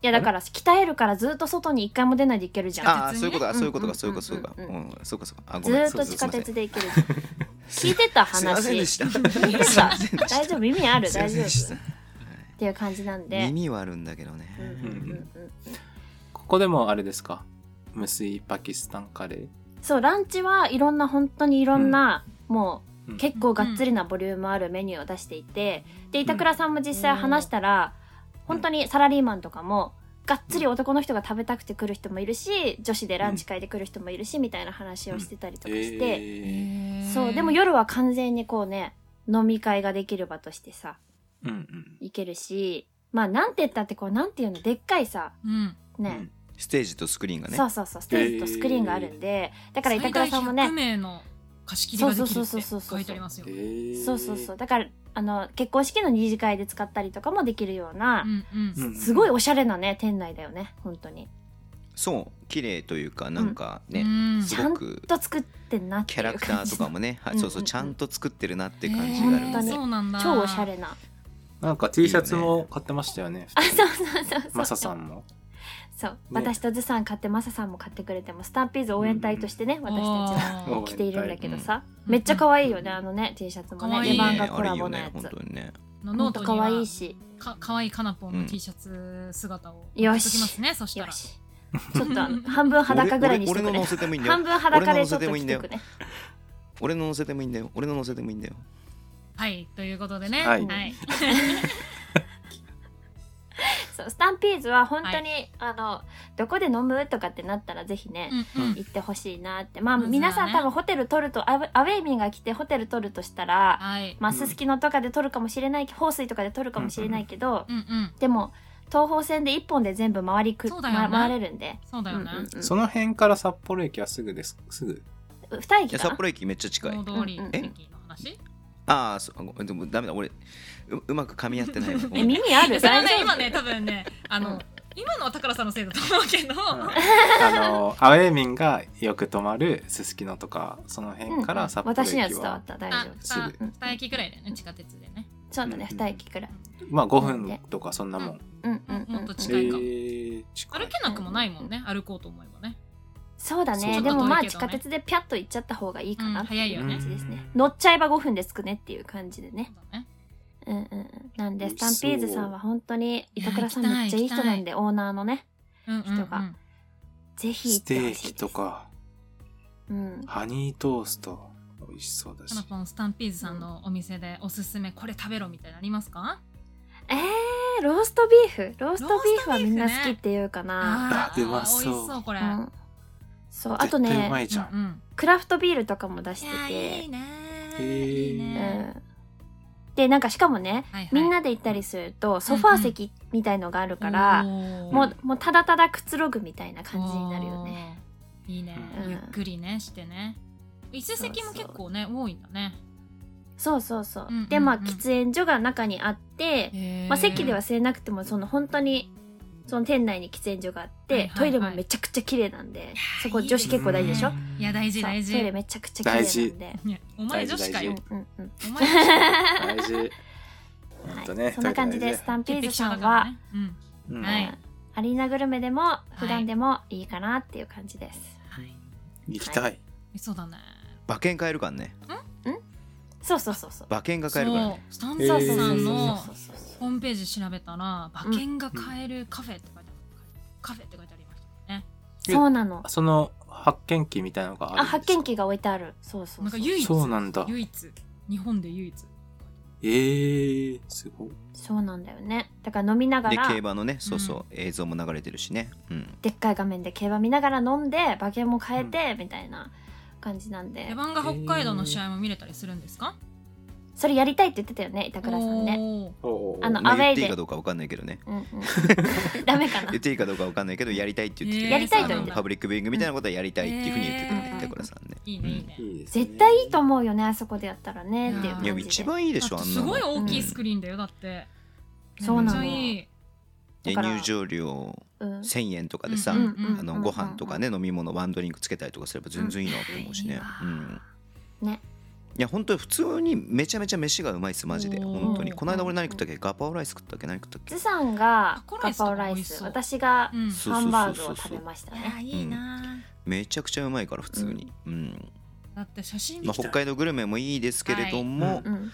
やだから鍛えるからずっと外に一回も出ないで行けるじゃんああーそういうことうんかそういうことかうんそういうことそういうことううんんそうかそうかあごずめんーっそうとで地すすい下ません鉄で行けるじゃん聞いてた すいませんで話した聞いてたすいませんでした 大丈夫耳あるすいま大せん丈夫でしたっていう感じなんで耳はあるんだけうどんうんねうんうんここでもあれですか無水パキスタンカレーそうランチはいろんな本当にいろんな、もうんう結構がっつりなボリュームあるメニューを出していて、で板倉さんも実際話したら、本当にサラリーマンとかもがっつり男の人が食べたくて来る人もいるし女子でランチ会で来る人もいるし、みたいな話をしてたりとかして、えーそうでも夜は完全にこうね飲み会ができる場としてさうんうん行けるしまあなんて言ったってこうなんていうのでっかいさうんね、ステージとスクリーンがねそうそうそうステージとスクリーンがあるんで、だから板倉さんもね最大100名の貸し切りができるってそうそうそうそうそ書ういてありますよ、えーそうそうそうだからあの結婚式の二次会で使ったりとかもできるようなう、んうんうんすごいおしゃれなね店内だよね本当にそう綺麗というかなんかうね、んすごくちゃんと作ってんなっていキう感ャラじクターとかもね、はい、そううんうそんううんちゃんと作ってるなって感じがあるんえーで、本当にそうなんだ 超おしゃれななんか T シャツも買ってましたよねあそうそうそうそうマサさんもそう、ね私とズさん買ってマサさんも買ってくれてもスタンピーズ応援隊としてね、私たちあ おはー着ているんだけどさ、うんめっちゃ可愛いよね、あのね T シャツも可ね愛いレバンあガコれいラいボよのやねつ本当にねーのほノーんトとには可愛いしかかわいいかなぽんうのん T シャツ姿をよ貼しっときますねそしたよらしちょっとあの半分裸ぐらいにし俺て俺くね俺の乗せてもいいんだ半よ分裸でちょっと俺の乗せてもい着いんだてよくね俺の乗せてもいいんだよ俺の乗せてもいいんだよはいということでねはいはい、そうスタンピーズは本当に、あのどこで飲むとかってなったらぜひね、うんうん行ってほしいなってまあまずはね皆さん多分ホテル取るとアウェアウェイミンが来てホテル取るとしたらはいまあうんすすきのとかで取るかもしれないけど放水とかで取るかもしれないけど、うんうんでも東方線で一本で全部回りく、そうだよねま、回れるんで、そうだよね、うんうんうんその辺から札幌駅はすぐですすぐ二い駅やか札な幌駅めっちゃ近い大通りうんうん駅の話ああそあごでもダメだ俺ううまく噛み合ってないわご めえん耳あるそれは大ね丈今夫、ね多分ねあの、うん今のは宝さんのせいだと思うけど、うんあのアウェーミンがよく泊まるすすきのとかその辺から札幌私には駅伝わはった大あ丈夫すぐ二二駅くらいだよね地下鉄でね、そうだねうん二駅くらいまあ5分とかそんなもんうんうんうん、もっとえ近いかもー近歩いけなくもないもんね歩こうと思えばねそうだそうねだねでもまあ遠いけ地どね下鉄でピャッと行っちゃった方がいいかなうんって早いいようね感じですね、うん乗っちゃえば5分で着くねっていう感じでそねうだねうんうんうん、なんで美ス味しそタうンピーズさんは本当にいや板倉さん行きたいめっちゃいい人なんでオーナーのねうんうんうん人がぜひ行スっテてほしーいですキと、かうん、ハニートースト美味しそうだかしなぽんスタンピーズさんのお店でおすすめこれ食べろみたいなのありますかえー、ローストビーフローストビーフはみんな好きっていうかな、ああうまそう美味しそうこれ、ううんん、そうあと絶対うまねいじゃん、うんクラフトビールとかも出しいてやていいねへーいいね、うん、でなんかしかもねはいはいみんなで行ったりするとソファー席みたいのがあるから、おーもうもうただただくつろぐみたいな感じになるよねおーいいね、うんゆっくりねしてね椅子席も結構ね多いんだねそうそうそう、うんうんうんでまあ喫煙所が中にあって、まあ、席ではっ吸えなくてもその本当にその店内に喫煙所があって、はいはいはいトイレもめちゃくちゃ綺麗なんでそこいい女子結構大事でしょうそんいや大事う大事トイレめちゃくちゃ綺麗なんで、いやお前大女事子か大うよ事んうんうんお前女子か大よ事ほんとねそんな感じでトスタンピー潔ズ癖症さだんからは、ねうイんレ大事うんはういんアリーナグルメでもい普段でもいいかなっていう感じです、はい行きたいそうだね馬券買えるからねそうそうそうそう馬券がそ買えるからねうスタンへピーそーうそうズさんそうそうのそうそうホームページ調べたら馬券が買えるカフェって書いてあるカフェって書いてありましたねうんそうなのその発見機みたいなのがあるあ発見機器が置いてあるそうそうなんそかう唯一そうなんだ唯一日本で唯一えー、すごいそうなんだよねだから飲みながでら競馬のねそうそう、映像も流れてるしねうんでっかい画面で競馬見ながら飲んで馬券も変えて、みたいな感じなんでレバンが北海道の試合も見れたりするんですかそれやりたいって言ってたよね板倉さんね、おーおあのまあアウェ言イってでいいかどうかわかんないけどねうんうん ダメかな言っていいかどうかわかんないけどやりたいって言ってて、えーやりたいと言ってあのパブリックビューイングみたいなことはやりたいっていうふうに言ってたうねん板倉さんねいいねいいね、いいですね絶対いいと思うよねあそこでやったらねっていううんいや感じ一で番いいでしだょっあてんすなのごい大きいうんスクリーンだよだってそうなのめっちゃいいでだから入場料うん1000円とかでさ、うんうんうんあのご飯とかね飲み物ワンドリンクつけたりとかすれば全然いいなと思うしね、ううんんねいや本当に普通にめちゃめちゃ飯がうまいっすマジでおー本当にこの間俺何食ったっけガパオライス食ったっけ何食ったっけズさんがタコラガイスとかパオもラ美イ味しスそう私がうんそうハンバーグを食べましたねいやいいな、めちゃくちゃうまいから普通に、うんだって写真見まあ、きたい北海道グルメもいいですけれども、はいうん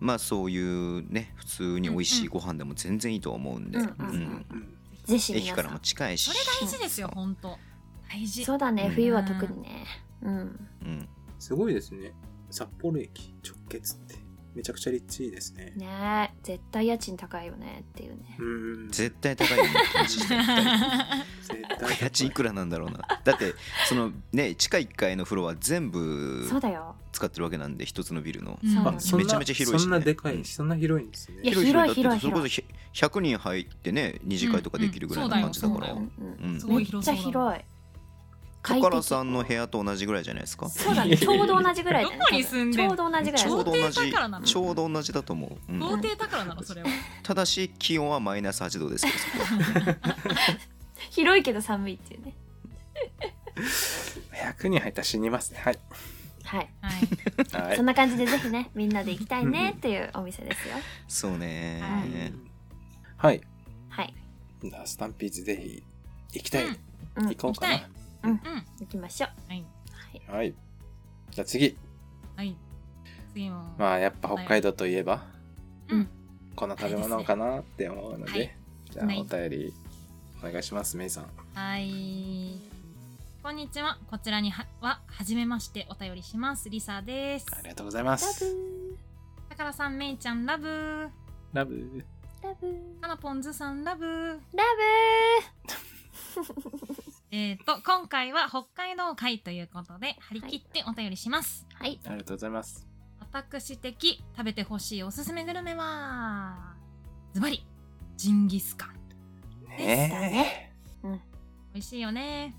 まあそういうね普通に美味しいご飯でも全然いいと思うんで、ううんんうんうんぜひ駅皆かさらもん近いしそれ大事ですよ本当大事 そうだうねん冬は特にねうんうん、すごいですね札幌駅直結ってめちゃくちゃ立地いいですね。ねえ絶対家賃高いよねっていうねうん。絶対高いよね感じしてる絶これ家賃いくらなんだろうなだってそのね地下1階のフロア全部そうだよ使ってるわけなんで一つのビルの、うんそうあそんなめちゃめちゃ広いしねそんなでかい、うんそんな広いんですね。いや広いだってそれこそ広ひ100人入ってね二次会とかできるぐらいの感じだから、ううんんうんううんすんごいめっ広ちそゃうだな広いカ快カ適ラさんの部屋と同じぐらいじゃないですかそうだねちちょょううどど同同じじぐらいだねどこに住んでんのちょうど同じぐらいだちょねうど同豪邸だじからなのちょうど同じだと思う、うん豪邸だからなのそれはただし気温はマイナス8度ですけどそこは 広いけど寒いっていうね100人入ったら死にますね。はい。はいはいはい そんな感じでぜひねみんなで行きたいねっていうお店ですよそうね、ははい。はい、なスタンピーズぜひ行きたい。うんうん、行こうか行きな。うん行きましょうはいはい。じゃあ次。はい次もまあやっぱ北海道といえば、うんこの食べ物かなって思うので、はいじゃあはいお便りお願いします、メイさん。はいこんにちはこちらにはは初めましてお便りしますリサですありがとうございまラす。ブだからさんめいちゃんラブーラブ。ーラブーかなぽんずさんラブーラえー、と今回は北海道会ということで張り切ってお便りします、ブーはいありがとうございます。私的食べてほしいおすすめグルメはズバリジンギスカンね美味しいよね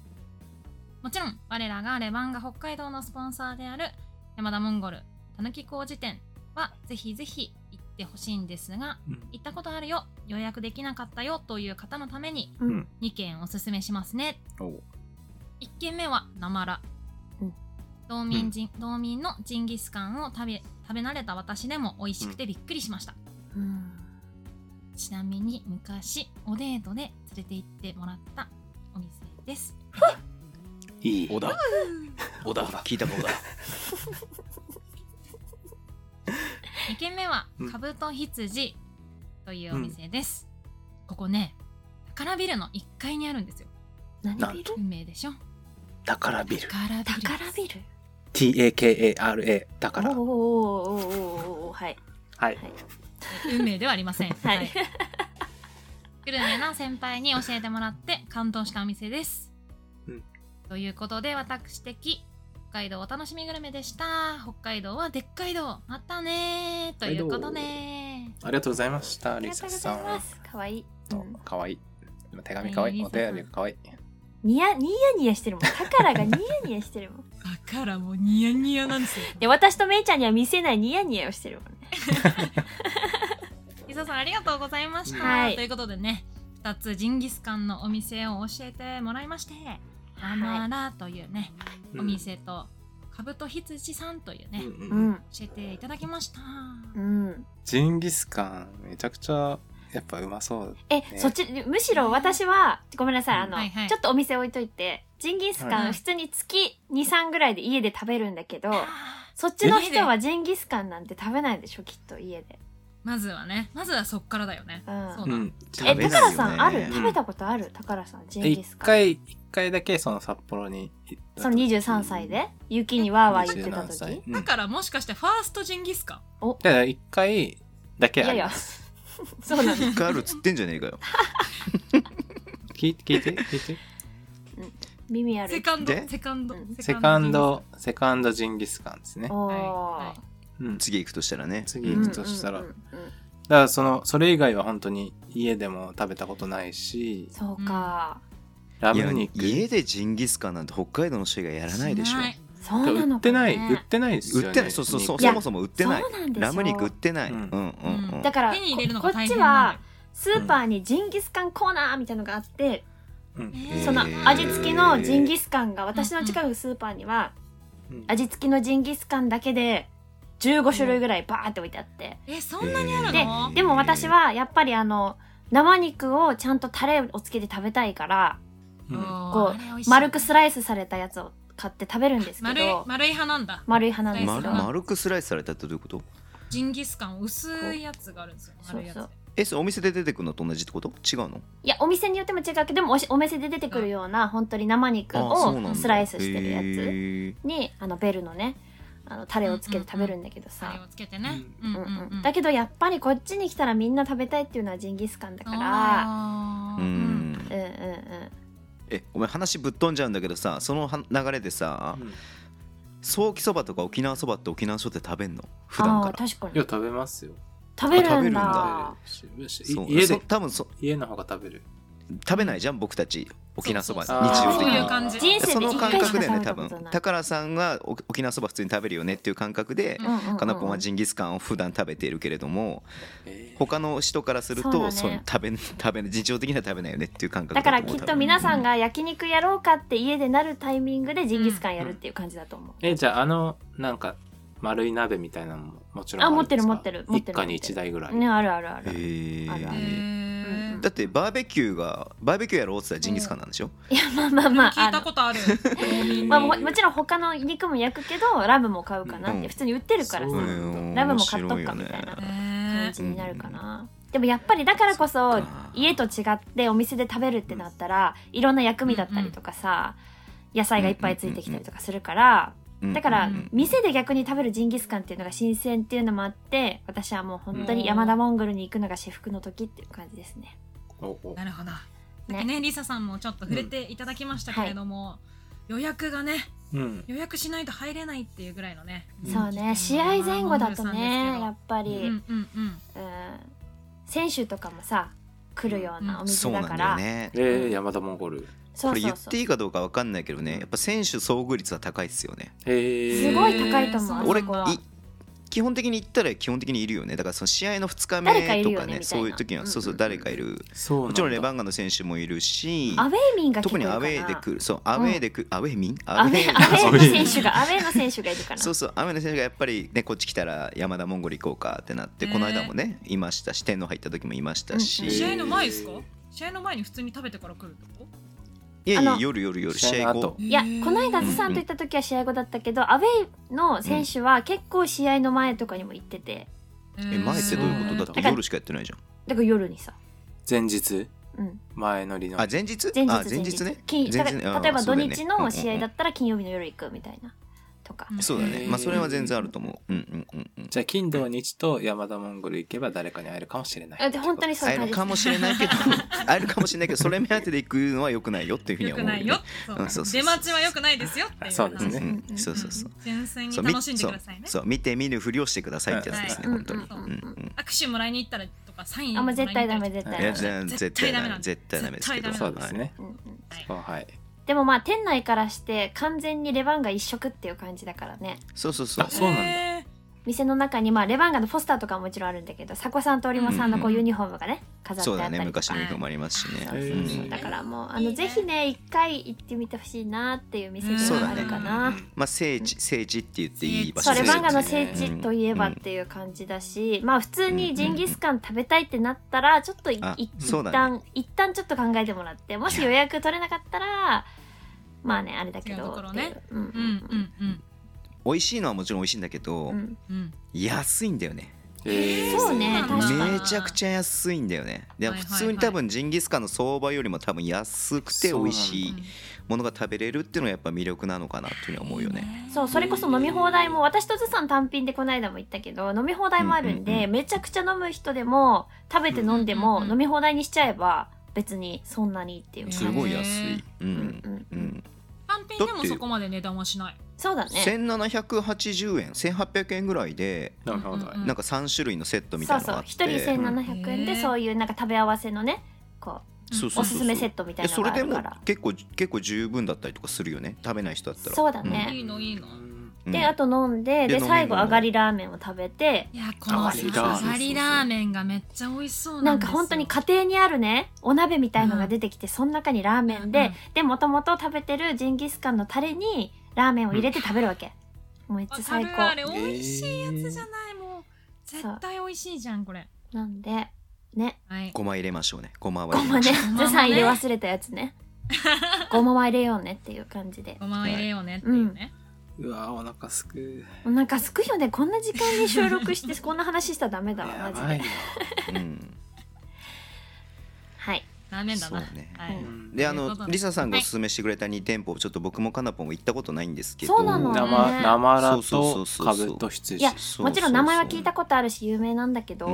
もちろん我らがレバンが北海道のスポンサーである山田モンゴルたぬき工事店はぜひぜひ行ってほしいんですがえ。行ったことあるよ予約できなかったよという方のためにうん2軒おすすめしますねおう1軒目はなまら、うん道民人、道民のジンギスカンを食べ食べ慣れた私でも美味しくてびっくりしました、うんちなみに昔おデートで連れて行ってもらったお店ですいい。小田小田聞いたことだ2軒目はうんカブト羊というお店です、ここね宝ビルの1階にあるんですよ何ビル運命でしょ宝ビル。宝ビル宝ビル T-A-K-A-R-A。宝。おーおーおーおーおーはいはい。運命ではありませんはいグルメな先輩に教えてもらって感動したお店です、うんということで私的北海道お楽しみグルメでした北海道はでっかい道またねーということでありがとうございました、ありリがとサうさございまん。すかわいい、うんかわいい。今手紙かわいい。ねお便りがかわいい。ニヤニヤニヤしてるもん宝がニヤニヤしてるもんだからもうニヤニヤなんですよで私とめいちゃんには見せないニヤニヤをしてるもんね伊沢さんありがとうございました、はいということでね2つジンギスカンのお店を教えてもらいましてアマラというね、うんお店とカブト羊さんというね、うんうんううんん教えていただきました、うんジンギスカン、めちゃくちゃ、やっぱうまそう。え、そっちむしろ私はごめんなさいあの、はいはいちょっとお店置いといてジンギスカはいン普通に月23ぐらいで家で食べるんだけど、あーそっちの人はジンギスカンなんて食べないでしょきっと家でまずはねまずはそっからだよね、うんそううだ、ん。え食べタカないよラねさんあるうん食べたことあるタカラさんジンギ一スカン回、一回だけその札幌に行った時。その23歳で雪にわーわー言ってた27歳時うんだだかからもしかしてファーストジンギスカンら一回だいけあやいりやます そうなんだ一回あるっつってんじゃねえかよ聞い聞いて 聞いて耳あセるカンドでセカンドうんセカンドセカンドジンギスカンですねジお、ンギスカンおー、はいはいうん、次行くとしたらね次う行んくとしたら、うんうんだうんうんからそのそれ以外は本当に家でも食べたことないしそうか、ラいムや肉家でジンギスカンなんて北海道の人がやらないでしょしないそうなのか、ね、売ってない売ってないですよね売ってないそうそうそう肉そもそも売ってないそうなんでしょラム肉売ってない、ううんん、うんうんだから手に入れるのが大変こなスーパーにジンギスカンコーナーみたいなのがあって、うんんだよえーその味付きのジンギスカンが私の近くスーパーにはうん味付きのジンギスカンだけで15種類ぐらいバーって置いてあって、えそんなにあるの、でも私はやっぱりあの生肉をちゃんとタレをつけて食べたいからうんこう丸くスライスされたやつを買って食べるんですけ丸いど丸い派なんだ丸い派なんですまけるど、丸くスライスされたってどういうことジンギスカン薄いやつがあるんですよそう丸いやつそうえそれお店で出てくるのと同じってこと違うのいやお店によっても違うけどでもおしお店で出てくるような本当に生肉あそうなんをだスライスしてるやへつーにあのベルのねあのタレをつけて食べるんだけどタレさ、をつけてね。うんうんうんだけどやっぱりこっちに来たらみんな食べたいっていうのはジンギスカンだからあうーうんんうんうんうんえごめん話ぶっ飛んじゃうんだけどさそのは流れでさうんいソーキそばとか沖縄そばって沖縄そばって食べんの普段あかあら確かにや食べますよ食べあ食るべるんんだだ食べるしそうい家そで多分そ家の方が食べる食べないじゃん僕たち沖縄そば日そうそうそう常的そういうに感じ人生そでの一感回しか覚だよ食ねべ多たこ分とない宝さんがお沖縄そば普通に食べるよねっていう感覚でううんうんうんかなぽんはジンギスカンを普段食べているけれどもえー他の人からするそうだねとそう食べん 食べん日常的には食べないよねっていう感覚だとか思らうきっ多と分皆さんが焼肉やろうかって家でなるタイミングでジンギスカンやるっていう感じだと思う、えじゃああのなんか丸い鍋みたいなのももちろんあるんですか持ってる持ってる持ってる一家に一台ぐらい、ねあるあるある、へーあるあへーだってバーベキューがバーベキューやろうって言ったらジンギスカンなんでしょいや まあまあまあ聞いたことある。と まあ、ももちろん他の肉も焼くけどラムも買うかなって、うん普通に売ってるからさ、そうなんだうんラムも買っとく面か白いみよたいなね感ねじになるかな、でもやっぱりだからこそ家と違ってお店で食べるってなったらいろんな薬味だったりとかさ、野菜がいっぱいついてきたりとかするから、だからうん店で逆に食べるジンギスカンっていうのが新鮮っていうのもあって私はもう本当に山田モンゴルに行くのが至福の時っていう感じですね。おおなるほど。ねね、リサさんもちょっと触れていただきましたけれども、予約がね、うん予約しないと入れないっていうぐらいのね。うんそうね試合前後だとねやっぱり、うんうんうん。うん選手とかもさ来るようなお店そうなだんだかよら、ねえー、山田モンゴルそこうれそ言うっそうていいかどうかわかんないけどねやっぱ選手遭遇率は高いっすよねえー、すごい高いと思う、あ俺あそこはい基本的に行ったら基本的にいるよねだからその試合の2日誰かいる目とよかねみたいなねそういう時にはそうそううんうんうん誰かいるそうなんだもちろんレバンガの選手もいるしアウェーミンが結特構いにるかアなウェーで来るそうアウェーで来るアウェー民アウアウェェーーアウェーのアウェー選手がアウェーの選手がいるかな そうそう雨の選手がやっぱりねこっち来たら山田モンゴル行こうかってなって、この間もねいましたし天皇入った時もいましたし、うんうん試合の前ですかえー？試合の前に普通に食べてから来るってこいやいあやの夜夜夜試試合合の後後と？いやこの間ずさんと行った時は試合後だったけど、アウェーの選手は結構試合の前とかにも行っててえ前ってどういうことだだってから夜しかやってないじゃんだから夜にさ、前日うん、前乗りのあ前日前日あ前日ね金前だ日ねからあ例えば土日のそう試合よだったら金曜日の夜行くみたいなとか、そうだね、うんまあそれは全然あると思ううんうんうんうんじゃあ金土日と山田モンゴル行けば誰かに会えるかもしれないあで本当にそう会え感るじかもしれないけど会えるかもしれないけどそれ目当てで行くのは良くないよっていうふうによはく思うないよ。うんそそううそう出待ちはよくないですよっていう。そうですねうんうんうんそうそうそう。純粋にそうみ楽しんでくださいね。そう見て見ぬふりをしてくださいってやつですね、はい本当に、うんうんうん握手もらいに行ったらとかサインあんもまらいに行絶った対りとダかメ絶対いやダメ、全絶絶対対ダダメなメなんんだ絶対ダメですけど絶そうですねうんうんそうはいでもまあ店内からして完全にレバンガ一色っていう感じだからねそうそうそうあそうなんだへ店の中にまあレバンガのポスターとかももちろんあるんだけど迫さんと織間さんのこううんうんユニフォームがね飾ってそうあだったねりと昔か、の曲もありますしねそうそうへそうーだからもうあいいのねぜひね一回行ってみてほしいなっていう店でもあるかな、うんまあ聖地聖地って言っていい場そうレ所でバすンよガねの聖地といえばっていう感じだし、まあ普通にジンギスカン食べたいってなったらちょっといあ一そうだね旦一旦ちょっと考えてもらってもし予約取れなかったらまあねあれだけ違うとどころねっていううんーうんうんうん美味しいのはもちろん美味しいんだけど、うんうん。安いんだよねえーそうねそうなんだめちゃくちゃ安いんだよねではいはい普通に多分ジンギスカンの相場よりも多分安くて美味しいものが食べれるっていうのがやっぱ魅力なのかなっていうふうに思うよね。そうそれこそ飲み放題も私とずさん単品でこの間も言ったけど飲み放題もあるんで、うんうんうめちゃくちゃ飲む人でも食べて飲んでうも、んうんうん飲み放題にしちゃえば別にそんなにっていうすごい安い、ううんんううんうんん、単品でもそこまで値段はしない。そうだね1780円1800円ぐらいでなるほど、うんなんか3種類のセットみたそいうなのそがあうって一人1700円へでーそういうなんか食べ合わせのねこそううそうそおすうそうすめセットみたいえなのそがれあでるもから結構結構十分だったりとかするよね食べない人だったらそうだねいいのいいの。うんであと飲んででで飲み最後物上がりラーメンを食べていやこのさ上がりラーメン上がりラーメンがめっちゃ美味しそうななんんですかよ本当に家庭にあるねお鍋みたいのが出てきて、その中にラーメンで、でもともと食べてるジンギスカンのタレにラーメンを入れて食べるわけ、もうめっちゃわか最るあれ高美味しいやつじゃないもうう絶対美味しいじゃんこれ。なんでねはい。ごま入れましょうねごまはご入れまましねょうまねずさん入れ忘れたやつねごまは入れようねっていう感じでごまを入れようねっていうね。うわお腹すくなんかすくいよねこんな時間に収録してこんな話したらダメだわや マジばいでなうんはいラーメンだな。そうねはい。うんであというのことでリサさんがはおいすすめしてくれた2店舗、ちょっと僕もかなぽんも行ったことないんですけどそうなの生生ラそとうそうそうそう株と羊いやそうもちろん名前は聞いたことあるし有名なんだけど、うん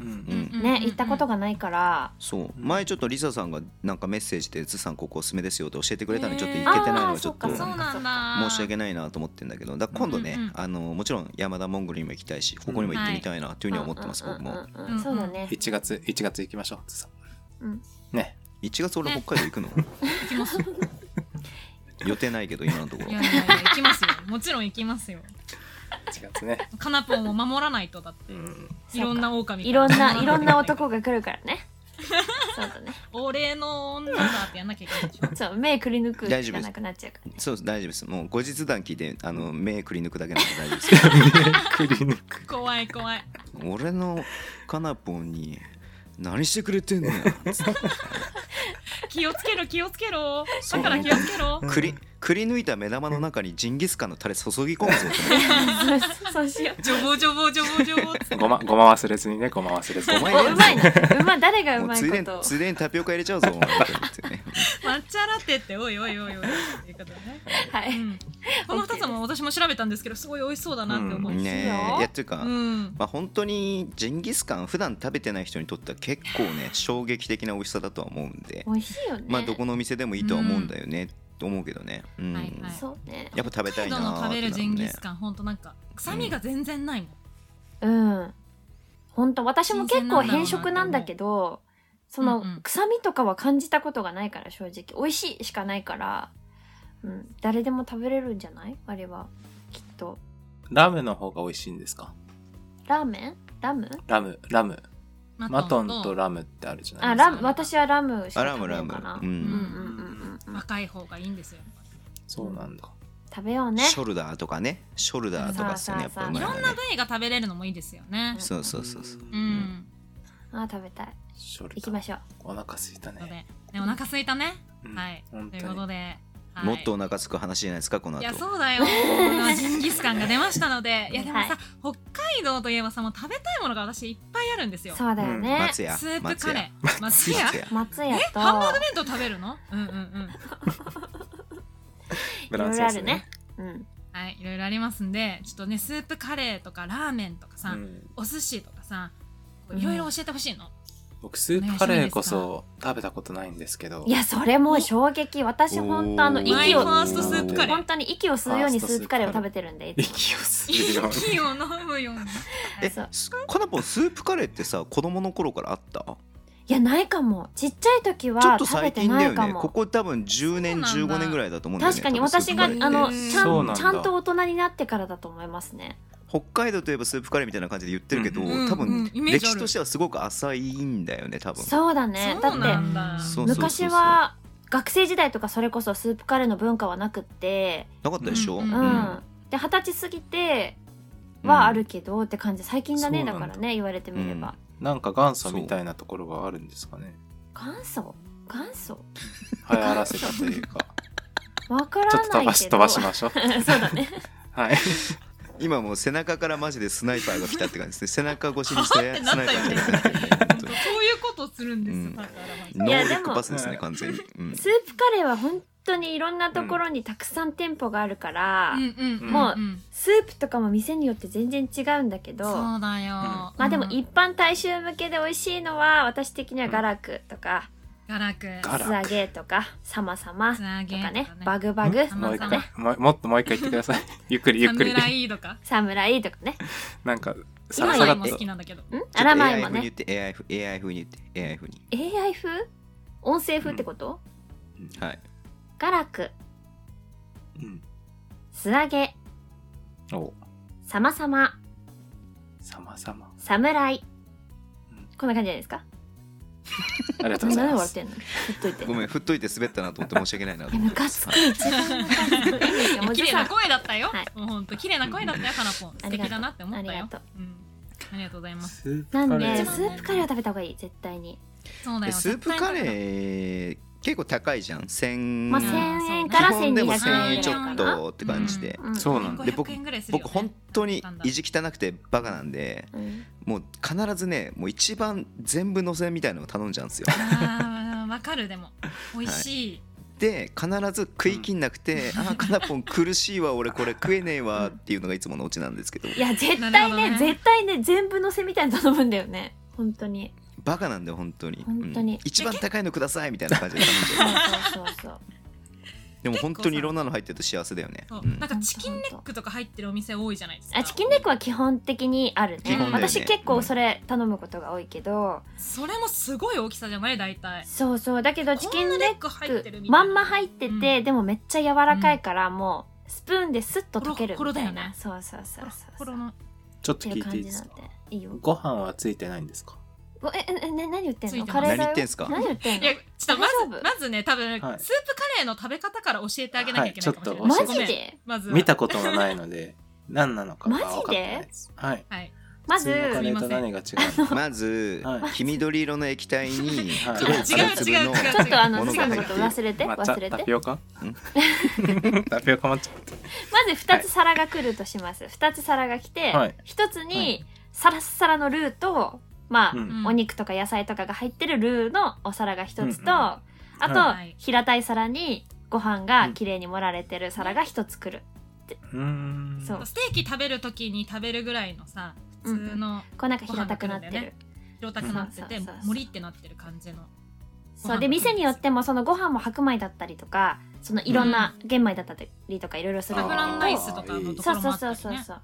うんうんね行ったことがないから、そう前ちょっとリサさんがなんかメッセージで「ズさんここおすすめですよ」って教えてくれたのにちょっと行けてないのあーがちょそっとっかそうなんだ。申し訳ないなと思ってんだけどだから今度ね、うんうんあのもちろん山田モンゴルにも行きたいしここにも行ってみたいなというふうには思ってます、僕もうんうんうんそうだね、 1月1月行きましょうつさうんんね1月俺北海道行くの行きますよ。 予定ないけど今のとこいろ やいやいや行きますよ。もちろん行きますよ。 1月ね かなぽんを守らないとだって。うんいろんな狼いろんないろんなが男が来るからねそうだね俺の女だってやんなきゃいけないでしょそう目くり抜く大し丈夫かですなくなっちゃうからねそうです大丈夫ですもう後日談聞いてあの目くり抜くだけなんで大丈夫ですけクリニッ ク怖い怖いど俺のかなぽんに何してくれてんのよ気をつけろ気をつけろそだうから気をつけろくりくり抜いた目玉の中にジンギスカンのタレ注ぎ込むぞってそうそうしよジョボジョボジョボジョボつってごまごま忘れずにねごま忘れずにお前ううまいな うまい誰がうもう まいついでこにとをついでにタピオカ入れちゃうぞ お前って言ってね抹茶ラテっておいおいおいおいっていうことね、はういん、この2つも私も調べたんですけどすごい美味しそうだなって思うねえいやっていうか、うんまあ、本当にジンギスカン普段食べてない人にとっては結構ね衝撃的な美味しさだとは思うんで、美味しいよねまあどこのお店でもいいとは思うんだよね、と思うけどね、うんはいはいそうねやっぱ食べ北たい海な道のーっ食べてるなジるンギねスカンほんとなんか臭みが全然ないもん、うん本当私も結構変色なんだけどそのうんうん臭みとかは感じたことがないから正直美味しいしかないから、うん、誰でも食べれるんじゃないあれはきっとラムの方が美味しいんですかラーメンラムラムラムマトンとララムってあるじゃなあいですかラム私はラムしあかラ食ムべラようムかなううんうんん、うんうんうん若い方がいいんですよそうなんだ食べようねショルダーとかねショルダーとかっすよねやっさあぱうまいいのろはんねな部位が食べれるのもいいですよねそうそうそうそううん、あー食べたいショルダー行きましょうお腹すいたのねでねお腹空いたね、うんはい本当といにうことで、はいもっとお腹すく話じゃないですかこのい後やそうだよジンギスカンが出ましたのでいやでもさ、北海道といえばさもう食べたいものが私いっぱいあるんですよそうだよね、松屋スープ松カ屋レー松屋松屋松屋とハンバーグ弁当食べるのうんうんうんブランソースねうんはいいろいろありますんでちょっとねスープカレーとかラーメンとかさ、うんお寿司とかさこういろいろ教えてほしいの、僕スープカレーこそ食べたことないんですけどいやそれもう衝撃私本当あのおーマイ息フをァーストスープカレ本ー当に息を吸うようにスープカレーを食べてるんでいつ 息を吸うように息を飲むようにえそうすかなぽんスープカレーってさ子供の頃からあったいやないかもちっちゃい時ちょっはと食べ最て近だなよいかねもここ多分10年そうなんだ15年ぐらいだと思うんだよね確かに多分ス私ープがあカレーってのうんちそうなゃんんだちゃんと大人になってからだと思いますね北海道といえばスープカレーみたいな感じで言ってるけど、うんうん多う分んイメージ歴ある史としてはすごく浅いんだよね多分そうだねだそうなっんだだってそうてそうそうそ昔うは学生時代とかそれこそスープカレーの文化はなくってなかったでしょ、うんうん、で二十歳過ぎてはあるけどって感じ最近だねそうだなんかだらね言われてみれば、なんか元祖みたいなところがあるんですかね元祖元祖流行らせたという かわかちょらっと飛ないばけしど飛ばしましょう そうだねはい今もう背中からマジでスナイパーが来たって感じですね背中越しにし てってスなっナイパたよーねが来たっていうそういうことをするんですよ、うんだからノいやーでルもックパスですね完全に、うんスープカレーは本当にいろんなところにたくさん店舗があるから、うんうんんんもうスープとかも店によって全然違うんだけどそうだよ、まあでもうん一般大衆向けで美味しいのは私的にはガラクとか、ガラクガラ素揚げとかサマサマ素と揚げかねとかねバグバグんもうま一さ回もうもっともう一回言ってください ゆっくりゆっサくムりライとか侍とかねなんかさ今さよらりっも好ときなんだけどんちょアっとラマイ AI も風に言ねって AI 風 AI 風に言って AI 風に AI 風音声風ってこと、はいガラクうん素揚げおサマサマさまさま侍うんこんな感じじゃないですかありがとう何ございまで笑っすてんの振っといてごめん振っといて滑ったなと思って申し訳ないなと思ムってカつくはい一番ムカつくいいんですよもう綺麗じさなん声だったよ、はいもうほんと綺麗な声だったよかなぽん素敵だなって思ったありよがとううん、ありがとうございますスープなカんレーで一ス番ねープカレーを食べた方がいい絶対にそうだえよスープカレーー結構高いじゃん1000、まあうん1000円から基本でも1200 1000円円ぐちらいょかっなとって感じで、うんそうなんだで僕500円ぐらいするよ、ね、僕本当に意地汚くてバカなんでうんもう必ずねもう一番全部乗せみたいなのを頼んじゃうんですよあーわかるでも美味しい、で必ず食いきんなくて「ああかなぽん苦しいわ俺これ食えねえわ」っていうのがいつものオチなんですけどいや絶なる対ほねどね絶対ね全部のせみたいに頼むんだよね本当にバカなんだよ本当に本当にうん一番高いのくださいみたいな感じで頼んじそう そゃううそうそうでも本当にいろんなの入ってると幸せだよね、そううんなんかチキンネックとか入ってるお店多いじゃないですかあチキンネックは基本的にあるね基本だよね私結構それ頼むことが多いけど、それもすごい大きさじゃない大体そうそうだけどチキンこネックんなネック入ってるみたいなまんま入ってて、でもめっちゃ柔らかいから、もうスプーンですっと溶けるみたいなほろほろだよねそうそうそほうろそうほろのちょっってとい聞ういてい感いじでなんすでかいいよご飯はついてないんですかごえええね何言ってんついのてますカレーだよ何言ってんすか何言ってんいやのちょっとま大丈ず夫まずね多分、はいスープカレーの食べ方から教えてあげなきゃいけないかもしれない、はいちょっとマ教ごめジんでまずは見たことがないので何なのかが分かってないですはいはいまず普通のカレーと何が違 うのかまず、はい黄緑色の液体にはい黒い粒々違うの違う違うちょっとあの物好がき入なってること忘れてまあた忘れタてピオカ タピオカ抹茶まず2つ皿が来るとします、2つ皿が来て、はい1つはにサラッサラのルーとまあ、うんうんお肉とか野菜とかが入ってるルーのお皿が1つと、うんうんあと、はい平たい皿にご飯がきれいに盛られてる皿が1つ来る、うーんそうステーキ食べるときに食べるぐらいのさ普通のこうなんか平たくなってご飯が来るんる、だよね広たくなってて、そうそうそうそう盛りってなってる感じのそうで店によってもそのご飯も白米だったりとかそのいろんな玄米だったりとかいろいろするんサだフけランライスとど、かのとこそうろそもあうったそうりそうねそう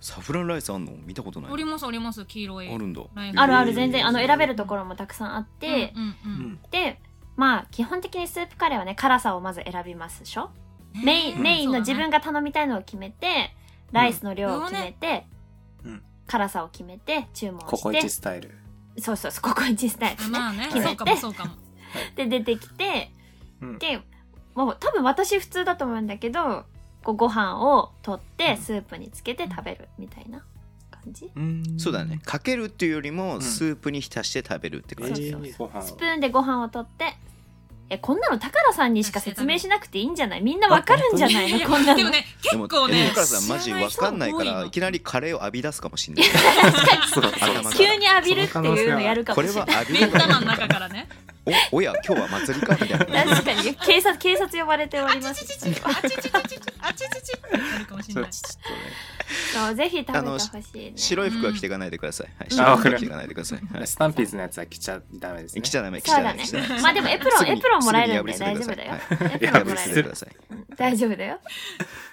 サフランライスあんの見たことないおりますおります黄色いあるんだラインあるある全へ然ーあの選べるところもたくさんあって、うんうんううんんでまあ基本的にスープカレーはね辛さをまず選びますでしょメイン、うんメインのそ自うだね分が頼みたいのを決めてライスの量を決めて、うん辛さを決めて注文ココしイてチスタイルそうそうそうココイチスタイルね、まあね、はいそうかもそうかも。で出てきてうんでもう多分私普通だと思うんだけどこうご飯を取ってスープにつけて食べるみたいな感じ、そうだねかけるっていうよりんもスープに浸して食べるってえ感じ、ーご飯スプーンでご飯を取ってえこんなの高田さんにしか説明しなくていいんじゃないみんなわかるんじゃないの こんなでものね、で結も構ね、お母さんマジわかんないからいきなり。なりカレーを浴び出すかもしれないそうそうそう頭が急に浴びるっていうのやるかこもれしれはない浴び目るん玉の中からね。おおや今日は祭りか みたいな確かに警察警察呼ばれておありちまちちすちち、あちちちちち、あちちちってなるかもしそれうない。ちょっとねそうぜひ食べてほしいね白い服は着ていかないでください、はい、うん白い服は着ていかないでください、は いスタンピーズのやつは着ちゃダメですね。来ちゃダメ来ちそゃうダだメね来ちゃダメまあでもエプロンエプロンもらえるんですぐに大丈す夫ぐにだよ破り捨ててくださいエプエロンもらえるプロンもらえるください大丈夫だよ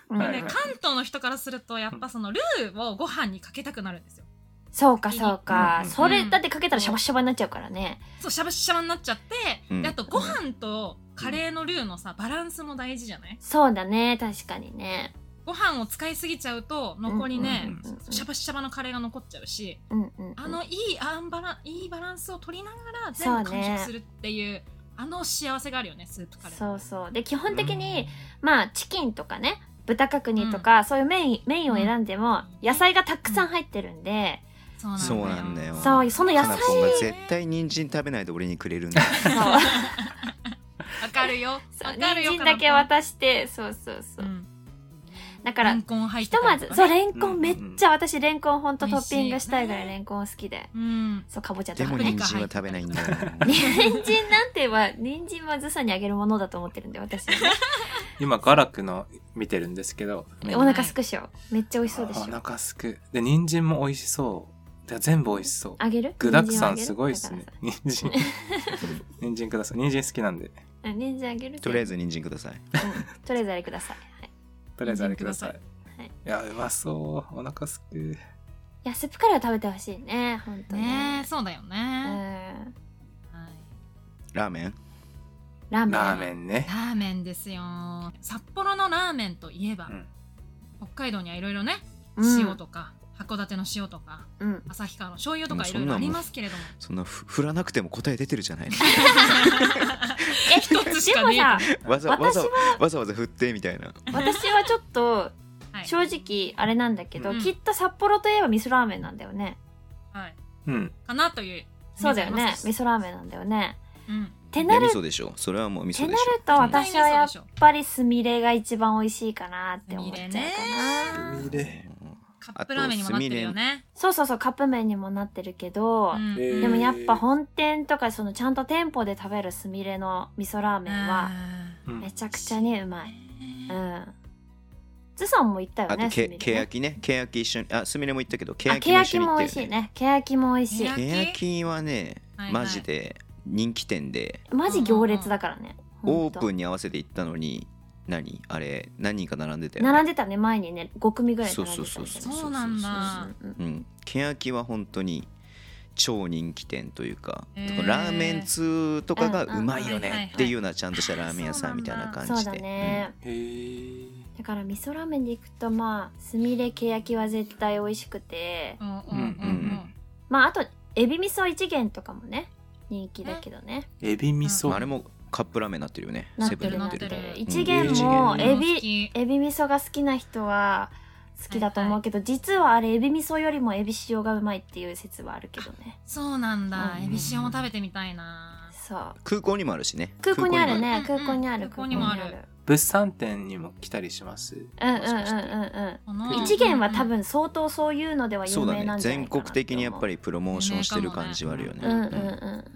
うんはいで関東の人からすると、やっぱそのルーをご飯にかけたくなるんですよ。そうかそうか、うんそれだってかけたらシャバシャバになっちゃうからね、そう、しゃぶしゃぶになっちゃって、うんであとご飯とカレーのルーのさ、バランスも大事じゃないそうだね確かにねご飯を使いすぎちゃうと、残りね、うんうんうんうんしゃばしゃばのカレーが残っちゃうし、うんうんうんあのいいアンバランいいバランスを取りながらそ全うね部完食するっていうあの幸せがあるよねスープカレーそうそうで基本的に、まあチキンとかね豚角煮とか、そういうメインメインを選んでも野菜がたくさん入ってるんで、そうなんだよそうなんだよそうその野かな菜ぽんが絶対人参食べないで俺にくれるん だよそうわかるよわそうかるよ人参だけ渡してそうそうそう、うんだかかららレンコン入っひてたとりとかねまずそうレンコうんンめっちゃ私レンコンほんとトッピングしたいぐらい美味しいよねレンコン好きでうんそうかぼちゃとでかもね人参は食べないんだよ人参なんては人参はずさにあげるものだと思ってるんで私はね今、ガラクの見てるんですけど。んお腹すくっしょめっちゃ美味しそうでしょお腹すく。で、人参も美味しそう。で全部美味しそう。あげる具だくさんすごいですすね。人参。 人参ください。人参好きなんで。人参あげるとりあえず、ず人参くださいうんとりあえずあれください、はい、とりあえずあれください。はいいや、うまそう。お腹すく。いやスープカレーは食べてほしいね本当ねねえそうだようね、んはいラーメンラーメンラーメンねラ。ーメンですよ札幌のラーメンといえば、うん北海道にはいろいろねうん塩とか、函館の塩とかうん旭川の醤油とかいろいろありますけれどもそんなふ振らなくても答え出てるじ ゃないのえ一つしでかもねえさわざわ私ざはわざわざ振ってみたいな私はちょっとはい正直あれなんだけど、うんきっと札幌といえば味噌ラーメンなんだよねはい、うん。かなというそうだよね味見噌ラーメンなんだよねうんていなやる味噌でしょそれはもう味噌でしょてなると私絶対味噌でしょやっぱりスミレが一番美味しいかなって思っちゃうかなスいいミレねねうんカップラーメンにもなってるよね。そうそうそうカップ麺にもなってるけど、うんえーでもやっぱ本店とかそのちゃんと店舗で食べるスミレの味噌ラーメンはうんめちゃくちゃにうまい。うんうん。ずさんも行ったよあとね。けスミレねけやきねけやき一緒にあすみれも言ったけどけあやけきもや一き緒も美味しに行ったよいねね。けやきも美味しいけや。きけやきはねはいはいマジで人気店でマジ行列だからね。オーほプんとンに合わせて行ったのに何あれ何人か並んでたよね並んでたね前にね5組ぐらい並んでたみたいなそうそうそうそうなんだ。うんうんうん、ケヤキは本当に超人気店というか、へーだからラーメン通とかがうんうんうまいよはいはいはいねっていうようなちゃんとしたラーメン屋さんみたいなそ感うじだで、ね。へーだから味噌ラーメンで行くとまあすみれけやきは絶対美味しくて、うんうんうんまああとエビ味噌一元とかもね人気だけどね。エビ味う噌んあれもカップラーメンになってるよねなっセブてンるにななっっててるる。一元もエビエビ味噌が好きな人は好きだと思うけど、実はあれエビ味噌よりもエビ塩がうまいっていう説はあるけどね。そうなんだう。んエビ塩も食べてみたいな。そう。空港にもあるしね空港にあるね。空空港港ににああるる。空港にも物産展にも来たりしますうんうんもしかしてうんうんうん。この一元は多分相当そういうのでは有そうだ名ねなんじゃな全いかな国的にやっぱり。りプロモーションしてる感じはあるよね、うんうんうんうん。食べ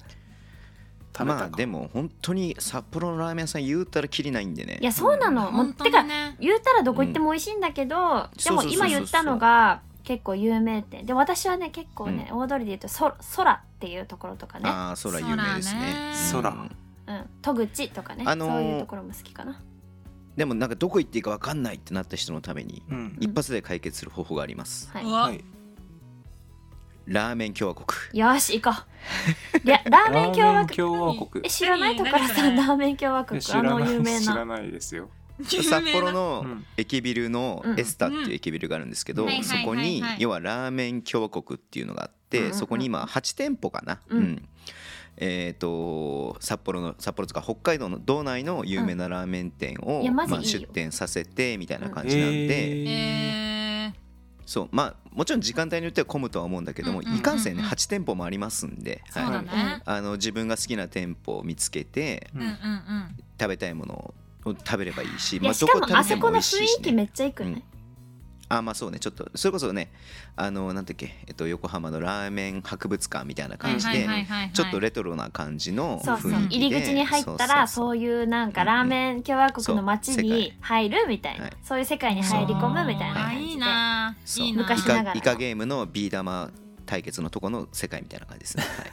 たまかあでも本当に札幌のラーメン屋さん言うたらきりないんでねいやそうなの。もう本当てにかね。。言うたらどこ行っても美味しいんだけど、でも今言ったのが結構有名店で私はね結構ね、大通りで言うとそ空っていうところとかね、ああ空有名ですね空ねうんうん、戸口とかね、あのーそういうところも好きかな。でもなんかどこ行っていいか分かんないってなった人のためにうん一発で解決する方法があります、はいうわはいラーメン共和国よし行こう。でラーメン共和国共和国え知らない何ところさん何それラーメン共和国え知あらなのい有名知らな。ないですよ有名な札幌のうん駅ビルのうんエスタっていう駅ビルがあるんですけど、うんはいはいそはいこにはい要はラーメン共和国っていうのがあって、うんうんうんそこに今8店舗かな、うんえっ、と札幌の札幌とか北海道の道内の有名なラーメン店を、うんいやマジいいよまあ、出店させてみたいな感じなんで、ええそうまあもちろん時間帯によっては混むとは思うんだけども、うんうんうんうんいかんせんね8店舗もありますんで、ー、そうだね。あの自分が好きな店舗を見つけてーうんうんうん。食べたいものを食べればいいし、いやしどかこも食べあてそもこ美の味し雰いし、ね、囲気めっちゃ行くね。あまあそうねちょっとそれこそねあのなんだっけ、えっと、横浜のラーメン博物館みたいな感じはいではいはいはいはいちょっとレトロな感じのそうそう雰囲気で入り口に入ったらそうういうなんかうんうんラーメン共和国の街そう世に界入るみたいなはいそういう世界に入り込むみたいなあー感いいじで。な。そういいな。イ昔ながカらイカゲームのビー玉対決のとこの世界みたいな感じですね、はい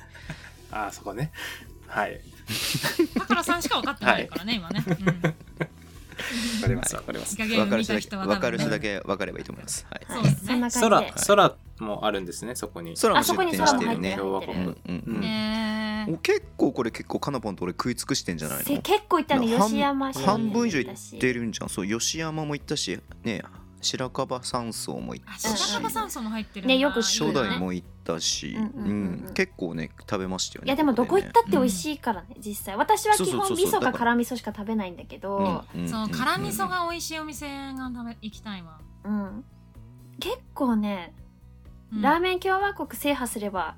あーそこねはいパカラさんしか分かってないからね、今ね。うんわかりますわかりますイカゲー分かム見る人ただけ人は分かる人だけ。け分かればいいと思います、はい、そうはでいすねそんな感じ空で。空もあるんですねそこに空もあそこに出店空しもて入っるてねる入ってう空るも。んうんううんんえーお結構これ結構かなぽんと俺食い尽くしてんじゃないのせ結構行ったねな吉山市半半分以上行行っったしてるんじゃんそう吉山も行ったしね白樺山荘も行っあ、たし白樺山荘も入ってるんだ。ねよく知初るよね代も行ったし、うんううんうんうんん、結構ね食べましたよねいやでもどこ行っねたって美味しいからね実際私は基そうそ本うそ味うそう噌かだから辛味噌しか食べないんだけどうんんそう、ん辛味噌が美味しいお店が食べ行きたいわ。うん結構ねうんラーメン共和国制覇すれば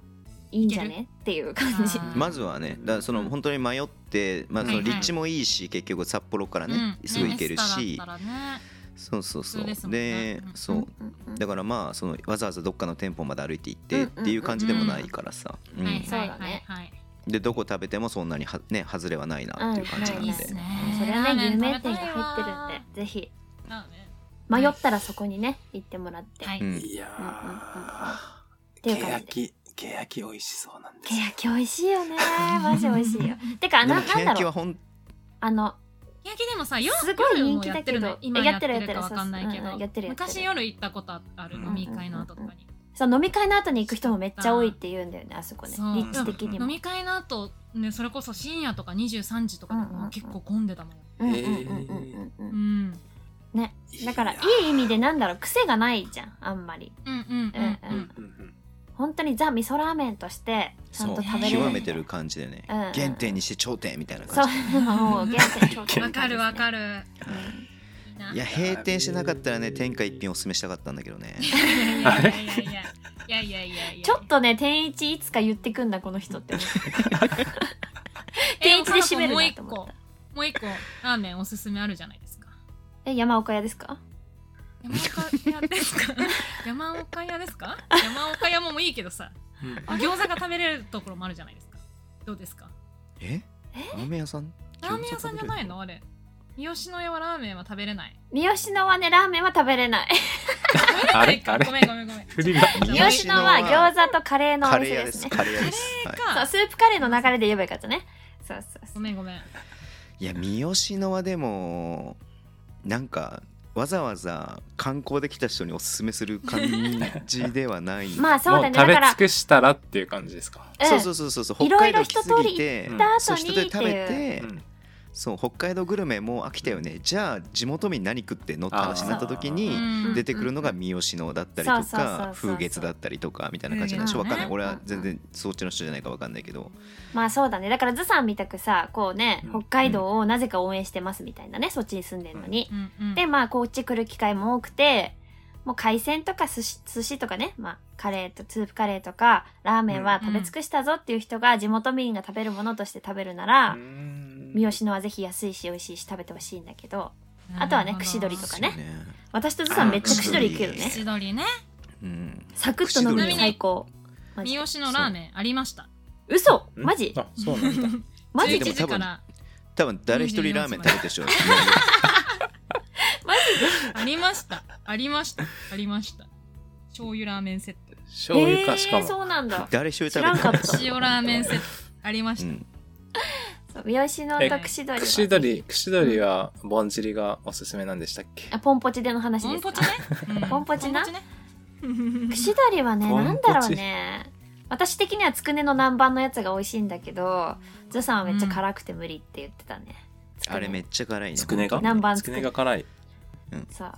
いいんじゃねっていう感じあーまずはねだからその本当に迷って、まあ、そはのいはい立地もいいし、結局札幌からね、うんすぐ行けるエスし、タだったらねそうそうそ普通うですもんねうんそううんうんだからまあそのわざわざどっかの店舗まで歩いて行っうんてうっんうんていう感じでもないからさ、うんはいそうだはいねはいでどこ食べてもそんなにはね外れはないなっていう感じは。ないんいで、いっすね。それはラーメねン有名店食がべたいわ入ってるんでぜひラーメ迷ったらそこにね行ってもらって、ンはうい。んいやうんうんうんうんーってけいうや感じきけやき美味しそうなんでけすよやき美味しい よねマジ美味しいよてかでなもなんケだヤキろはうほんあのケヤキでもさ、夜すごい夜人も気やだってけるどの今えややっっててるるやってかるわかんないけそうそううんどうんやってるやってる昔夜行ったことあるうん飲み会の後とかにそう飲み会の後に行く人もめっちゃ多いって言うんだよねあそこねそう立地的に飲も、み会の後ねそれこそ深夜とか23時とかでうんうんうもん結構混んでたもんうんうんみうん会うんうんううんんねだからいいやい意味でなんだろう癖がないじゃんあんまりうんうんうんううんんうんうん本当にザ味噌ラーメンとしてちゃんそうと食べれる極めてる感じでね、うんうん原点にして頂点みたいなそ感うじでもう原点頂点わかるわかるいいや閉店してなかったらね天下一品おすすめしたかったんだけ どね いないやいやいやいやいやいやいやちょっとね天一いつか言ってくんだこの人って思った天一で締めるもうな一と個思ったもう一個ラーメンおすすめあるじゃないですかえ山岡屋ですか山岡屋です か山岡屋ですか山岡屋ももいいけどさ餃子が食べれるところもあるじゃないですかどうですかえラーメン屋さんラーメン屋さんじゃないのあれ三好の屋はラーメンは食べれない三好のはねラーメンは食べれない食べれないかあれごめんごめんごめん振りが三好三好ののはは餃子とカレーのおカレー店屋でですすねカレー屋です カレーはかそうスープカレーの流れで言えばよかったねそうそうそごうめんごめんい、いや三好のはでもなんかわざわざ観光で来た人におすすめする感じではない まあそうだねもだう食かべら尽くしたらっていう感じですか。うんそうそうそうそうそうい北ろい海ろ道来すぎ一て通り行った後にそう一通り食べってて、うんそう北海道グルメもう飽きたよね、じゃあ地元民何食ってんのって話になった時うにうん出てくるのが三好のだったりとそうそうそうそうか風月だったりとかみたいな感じなんでしょわかんないうん俺は全然そっちの人じゃないかわかんないけどまあそうだねだからずさんみたくさこうねうん北海道をなぜか応援してますみたいなねそっちに住んでんのに、うんうんでまあこっち来る機会も多くてもう海鮮とか寿司寿司とかね、まあ、カレーとスープカレーとかラーメンは食べ尽くしたぞっていう人が地元民が食べるものとして食べるなら、三好のはぜひ安いし美味しいし食べてほしいんだけどあとはなるほねど串取りとかねそうね私とずさんめっちゃ串取り行くけどね串取りねうんサクッと飲む串取のり最高マジ三で好のラーメンありました嘘うんマジあ、そうなんだ。 マジ11でも時多分から多分誰一人ラーメン食べてるでしょマジでありましたありましたありました醤油ラーメンセット醤油かしかえーも。そうなん だ誰一人食べて知らんかるった塩ラーメンセットありまうした、んそう三好のと串取り串は取り、串取りはぼんじりがおすすめなんでしたっけあポンポチでの話ポでンポすかチね、うん ポンポチなポンね串取りはねポンポなチんだろうね私的にはつくねの南蛮のやつが美味しいんだけどずさんはめっちゃ辛くて無理って言ってたね、つくねあれめっちゃ辛いねつくねが南蛮つくねが辛い。そう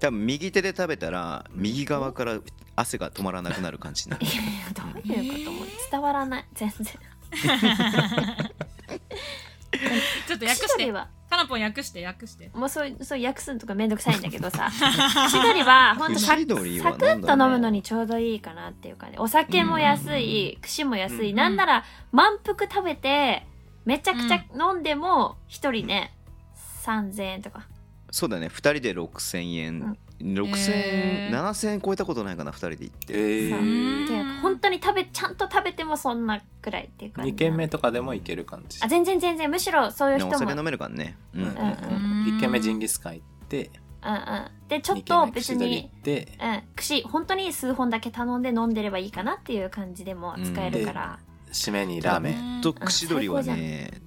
多分右手で食べたら右側から汗が止まらなくなる感じになるいやいやどう いうこともえ伝わらない全然ちょっと串訳し取りてはかなぽん訳して訳してもうそういうそういう訳すのとかめんどくさいんだけどさ串取りはほんとサク串取りサはク何だろうッと飲むのにちょうどいいかなっていうかねお酒も安い串も安い、うんなんなら満腹食べてめちゃくちゃ飲んでも一人ね、3000円とかそうだね2人で6000円6000へー円7000円超えたことないかな2人で行ってえそうーっていうか本当に食べちゃんと食べてもそんなくらいっていうか二軒目とかでも行ける感じあ。全然全然むしろそういうね人おも酒飲めるからねうんうんうん一軒目ジンギスカン行って、うんうんでちょっ二と軒目別串取り行にって、うん、串本当に数本だけ頼んで飲んでればいいかなっていう感じでも使えるから、締めにラーメン。と串取りはね最高じゃん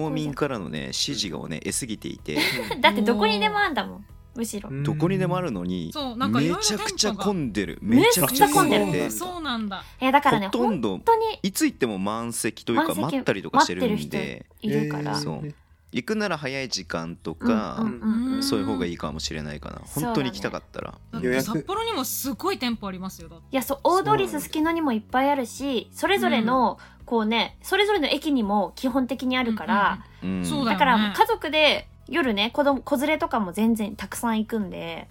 道民からのね支持をね得すぎていてだってどこにでもあんだもんむしろうんどこにでもあるのにそうなんかいろいめろちゃくちゃ混んでるめめちちゃゃくくちちゃゃ混混んんででるてそうなんだいやだからねほとんど本当にいつ行っても満席というか満席待ったりとかしてるん待ってでいるから、そう行くなら早い時間とうんかうんうん、いそういう方がいいかもしれないかなそうだね本当に行きたかったらだっ予て約札幌にもすごい店舗ありますよだってやそう大通りすすきのにもいっぱいあるしそれぞれの、こうねそれぞれの駅にも基本的にあるから、うんそうだよだねから家族で夜ね子供子連れとかも全然たくさん行くんで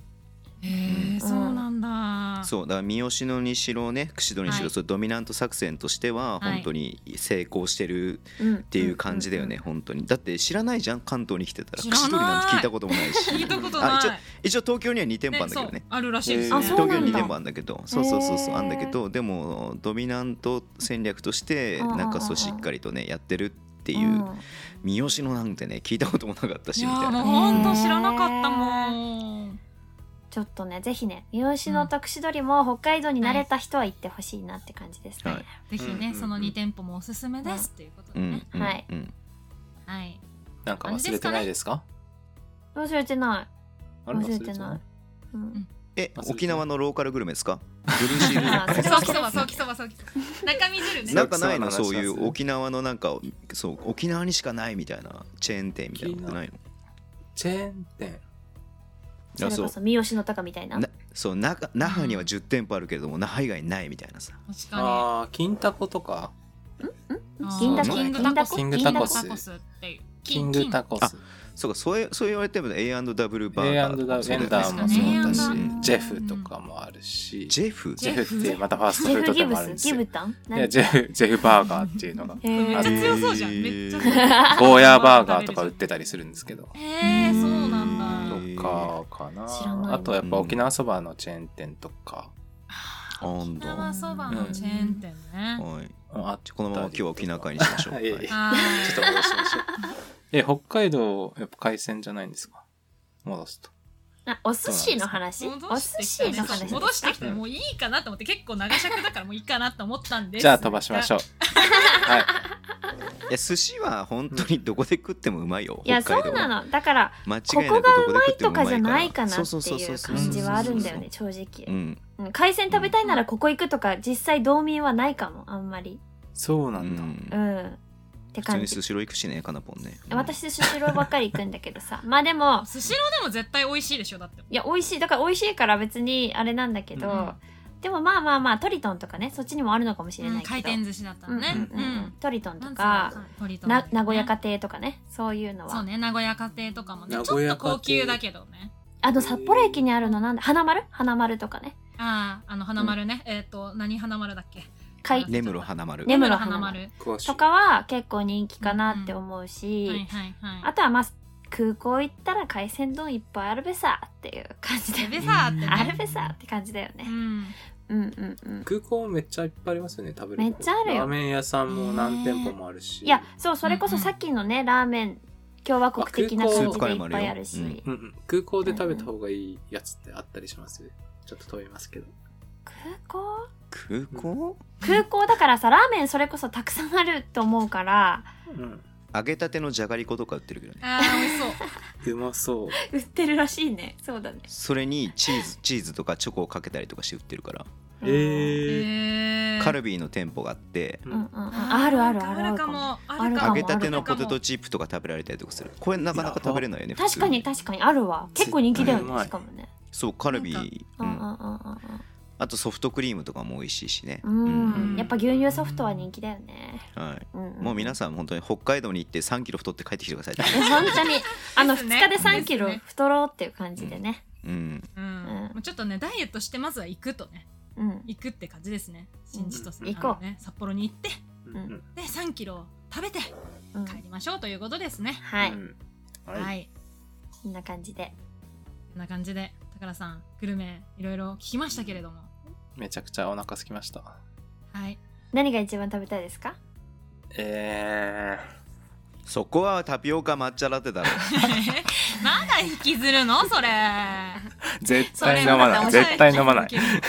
へえそうなんだそうだから三好のにしろね串取りにしろ、はいそうドミナント作戦としてははい本当に成功してるうんっっていう感じだよね、本当にだって知らないじゃん関東に来てたら知らない串取りなんて聞いたこともないし聞いたことあない一応一応東京には2店舗あるんだけそどうねあるらしいですえーねあそう東京なんにだ店舗あるんだけどそうそうそうそうへーあんだけどでもドミナント戦略としてうんうんうんなんかそうしっかりとねやってるってていう、三好のなんてね聞いたこともなかったいしやみたーいもうなほんと知らなかったもんちょっとねぜひね三好の特取りも北海道に慣れた人は行ってほしいなって感じですね、はぜいひうんうんうねんその2店舗もおすすめですっていうことうでねんうんはいうんはいなんか忘れてないですか？忘れてなあれ忘れてないい、うんえ忘れてない沖縄のローカルグルメですかブルーシールあーそうきそばそうきそばそうきそば中身汁ね なんかないのそうそういそうう沖縄のなんかそう沖縄にしかないみたいなチェーン店みたいなのってないチェーン店。そのれそこうそ三好の鷹みたいななそう那覇那覇には10店舗あるけれども那覇以外ないみたいなさ確かああ、金タコとか、に銀だあーこキング銀だタこコキスングタコスタコスっていうキングタコス。そうかそういうそう言われても A&W バーガーと A&W かそうだベよねンダーもそそううだだしね A&W、ジェフとかもあるし、ジジェフェフってまたファーストジフェーフ・ドギでブもあるんスですギよ。ブいタン。やジェフ、ジェフバーガーっていうのがへめっーちゃ強そうじゃん。めっちゃ強い。ゴーヤーバーガーとか売ってたりするんですけど。へえ、そうなんだ。へーとかかな知らないなあとやっぱ沖縄そばのチェーン店とか、あ沖んだ縄そばのチェーン店ね。はいあっじゃあこのまま今日は沖縄会にちしましょういえいえはいあーょっと戻しましょう え北海道やっぱ海鮮じゃないんですか戻すとあお寿司の話お戻寿して司きのたね話戻してきてもういいかなと思って結構長尺だからもういいかなと思ったんですじゃあ飛ばしましょうはいいや寿司は本当にどこで食ってもうまいよいや北海そ道うはなのだから間違いこなくこどがうこでま食いってもとうまかいじゃないかなってそそそいうそ感じはあるんだよね正う直んうん海鮮食べたいならここ行くとか実際道民はないかもあんまりそうなうんだ、んうんって普通感にじスシロー行くしねかなぽんねうん私スシローばっかり行くんだけどさ まあでもスシローでも絶対美味しいでしょだっていや美味しいだから美味しいから別にあれなんだけど、うんでもまあまあまあトリトンとかねそっちにもあるのかもしれないけど、回転寿司だったのねうんうんうんトリトンなんつうとのか鳥とな名古屋家家庭とかねそういうのはそうね名古屋家庭とかもね名ちょ古っ屋と家庭高級だけどねあの札幌駅にあるのなんだ花丸花丸とかねあああの花丸ね、えっ、と何花丸だっけ海根室花丸根室花花丸丸は詳しいとかは結構人気かなって思うし、いはいはいあとはまあ空港行ったら海鮮丼いっぱいあるべさっていう感じエでベサーってねあるべさって感じだようね、んうん、うんうん空港めっちゃいっぱいありますよね食べるめっちゃあるよラーメン屋さんも何店舗もあるしいやそうそれこそさっきのねラーメン共和国的なあ空感港じでいっぱいあるし、スープカレーもあるようんうん、空港で食べた方がいいやつってあったりしますよねちょっと飛びますけど空港空港空港だからさラーメンそれこそたくさんあると思うからうん揚げたてのじゃがりことか売ってるけどねあー美味しそううまそう売ってるらしいねそうだねそれにチーズチーズとかチョコをかけたりとかして売ってるからえうんー、えー、カルビーの店舗があってううんうんんあるあるあるああるるかかももあるか揚もげたてのポテあトるチップとか食べられたりとかするこれなかなか食べれないよね確かに確かにあるわ結構人気だよ絶対うねまいしかもねそうカルビーううんうんんうあとソフトクリームとかも美味しいしねんうんうんうんやっぱ牛乳ソフトは人気だよねはいうんもう皆ささん本当に北海道に行って3キロ太って帰ってきてください 本 当にあのです2ね日で3キロですね太ろうっていう感じでねうんかもうんうんもうちょっとねダイエットしてまずは行くとねうん行くって感じですね新千歳うん行こうあのね札幌に行ってうんうんで3キロ食べてうん帰りましょうということですね、うはいんはい、はい、こんな感じでこんな感じで宝さんグルメいろいろ聞きましたけれどもめちゃくちゃお腹空きましたはい何が一番食べたいですかえそこはタピオカ抹茶ラテだろ まだ引きずるのそれー、絶そ対れ飲まだっなてい絶対飲まない おしゃれ引きずる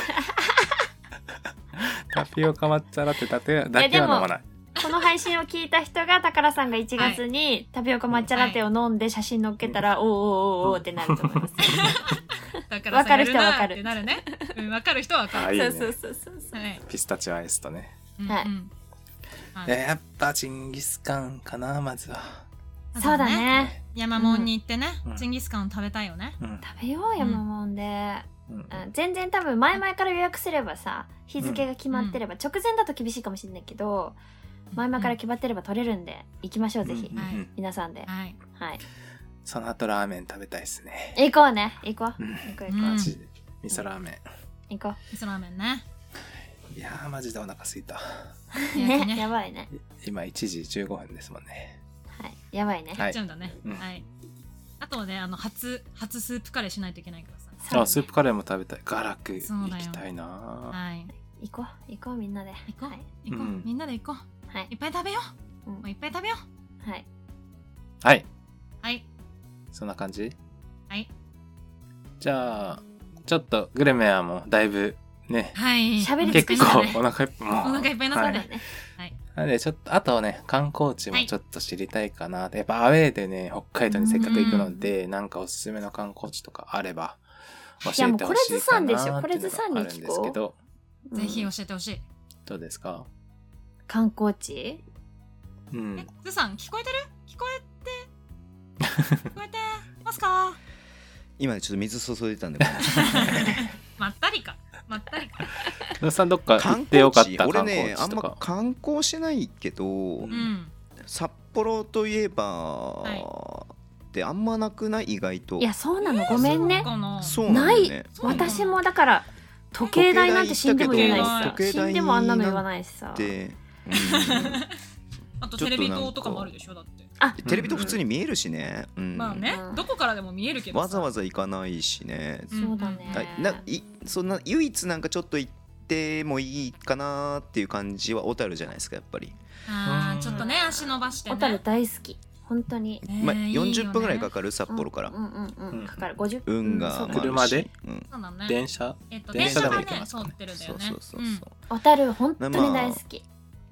タピオカ抹茶ラテだけだいけやではも飲まないこの配信を聞いた人が、宝さんが1月にタピオカ抹茶ラテを飲んで写真載っけたら、おーおーおーおーってなると思います。宝わさかんやるる人はなわかっるてなるね、うん、分かる人は分かあるーいいねそうそうそうそう。はいピスタチオアイスとね、はいうんうんはいややっぱジンギスカンかなまずは、まずそうはだね。山門に行ってね、うんジンギスカンを食べたいよねうん食べようよ、うんマモンで。うんうん全然多分前々から予約すればさ、日付が決まってれば、直前だと厳しいかもしれないけど、前々から決まってれば取れるんで、行きましょう、ぜひうん。うんうん皆さんで。はいはい。その後ラーメン食べたいですね、行こうね。行こう。うん、行こううん行こマジで味噌ラーメう。行こ味噌ラーメンねンいやーマジでお腹すいたう。や ね、ねやばいね。今1時15分ですもんねはい。やばいね。はやいっちゃうんだね、うんはいあとはねあの初初スープカレーしないといけないからさそうだねあスープカレーも食べたいガラクそう行だよきたいなはい行こう。行こう、みんなで。行こう、はい行こう、うんみんなで行こうはいい。っぱい食べよううんもういっぱい食べようはい。はいはいそんな感じはいじゃあちょっとグルメはもうだいぶ ねはい喋り尽結くし構たお腹いっぱいもうお腹いっぱいになったはねい、はいなのでちょっとあとね観光地もちょっと知りたいかな、やっぱアウェーでね北海道にせっかく行くので、なんかおすすめの観光地とかあれば教えてほしいかなっていうのがあるんですけどぜひう教んえてほしい、どうですか観光地うえんずさん聞こえてる聞こえ て聞こえてますか今ちょっと水注いでたんだけどまったりかまったりか野田さんどっか行観ってよか光っ地た俺観ね光あ地んとまか、観光しないけど、ううんん札幌といえば、いってあんまなくない意外といやそうなのごめんねそうかなそうなんだよねそうなの私もだから時計台なんて死んでも言えないしさ時計台死んでもあんなの言わないしさで、うんあとちょっテとレビ塔とかもあるでしょだって テレビと普通に見えるしね、うんまあね、うんどこからでも見えるけどさわざわざ行かないしね、んそうだねだないそんな唯一なんかちょっと行ってもいいかなっていう感じは小樽じゃないですかやっぱり、あうーんちょっとね足伸ばして小樽ね大好き本当にねえまあ、いいよね40分ぐらいかかる札幌から、うんうんうん、うんかかる50分運がうんまあ車そうあるしで、うん、そうだね電車えっと電電車車がでねも行けます通からってるんだそようねそうそうそう、ん小樽本当に大好き、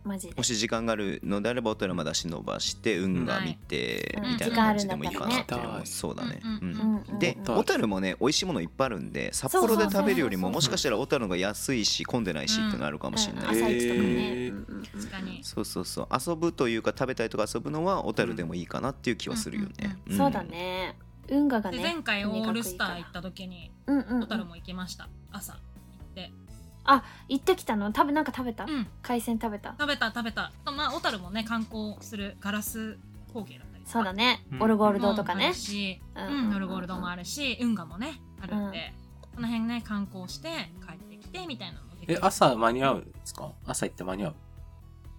マジでもし時間があるのであれば小樽まで足伸ばして運が見て、うんみたいな感じでもいいかなってうん時間あるんだったいうのらはねそうだね、うんうんうんうんうんで小樽小樽もね美味しいものいっぱいあるんで札そうそう幌そうで食べるよりもそうそうもしかしたら小樽の方が安いし混んでないしっていうのあるかもしれうんな朝い、一とかね、へーうんうんうん確かにそうそうそう遊ぶというか食べたりとか遊ぶのは小樽でもいいかなっていう気はするよね、んそうだね運河がでね前回オールスターとに行かった時にくいいからうんうん小樽も行きました朝行って行ってきたの食べなんか食べた、うん海鮮食べた食べた食べたまあ小樽もね観光するガラス光景だったりとかそうだね、うんオルゴールもドとかあねるしううんんオルゴールドもあるし運河もねあるんでこの辺ね観光して帰ってきてみたいなのもできるえ朝間に合うんですか朝行って間に合う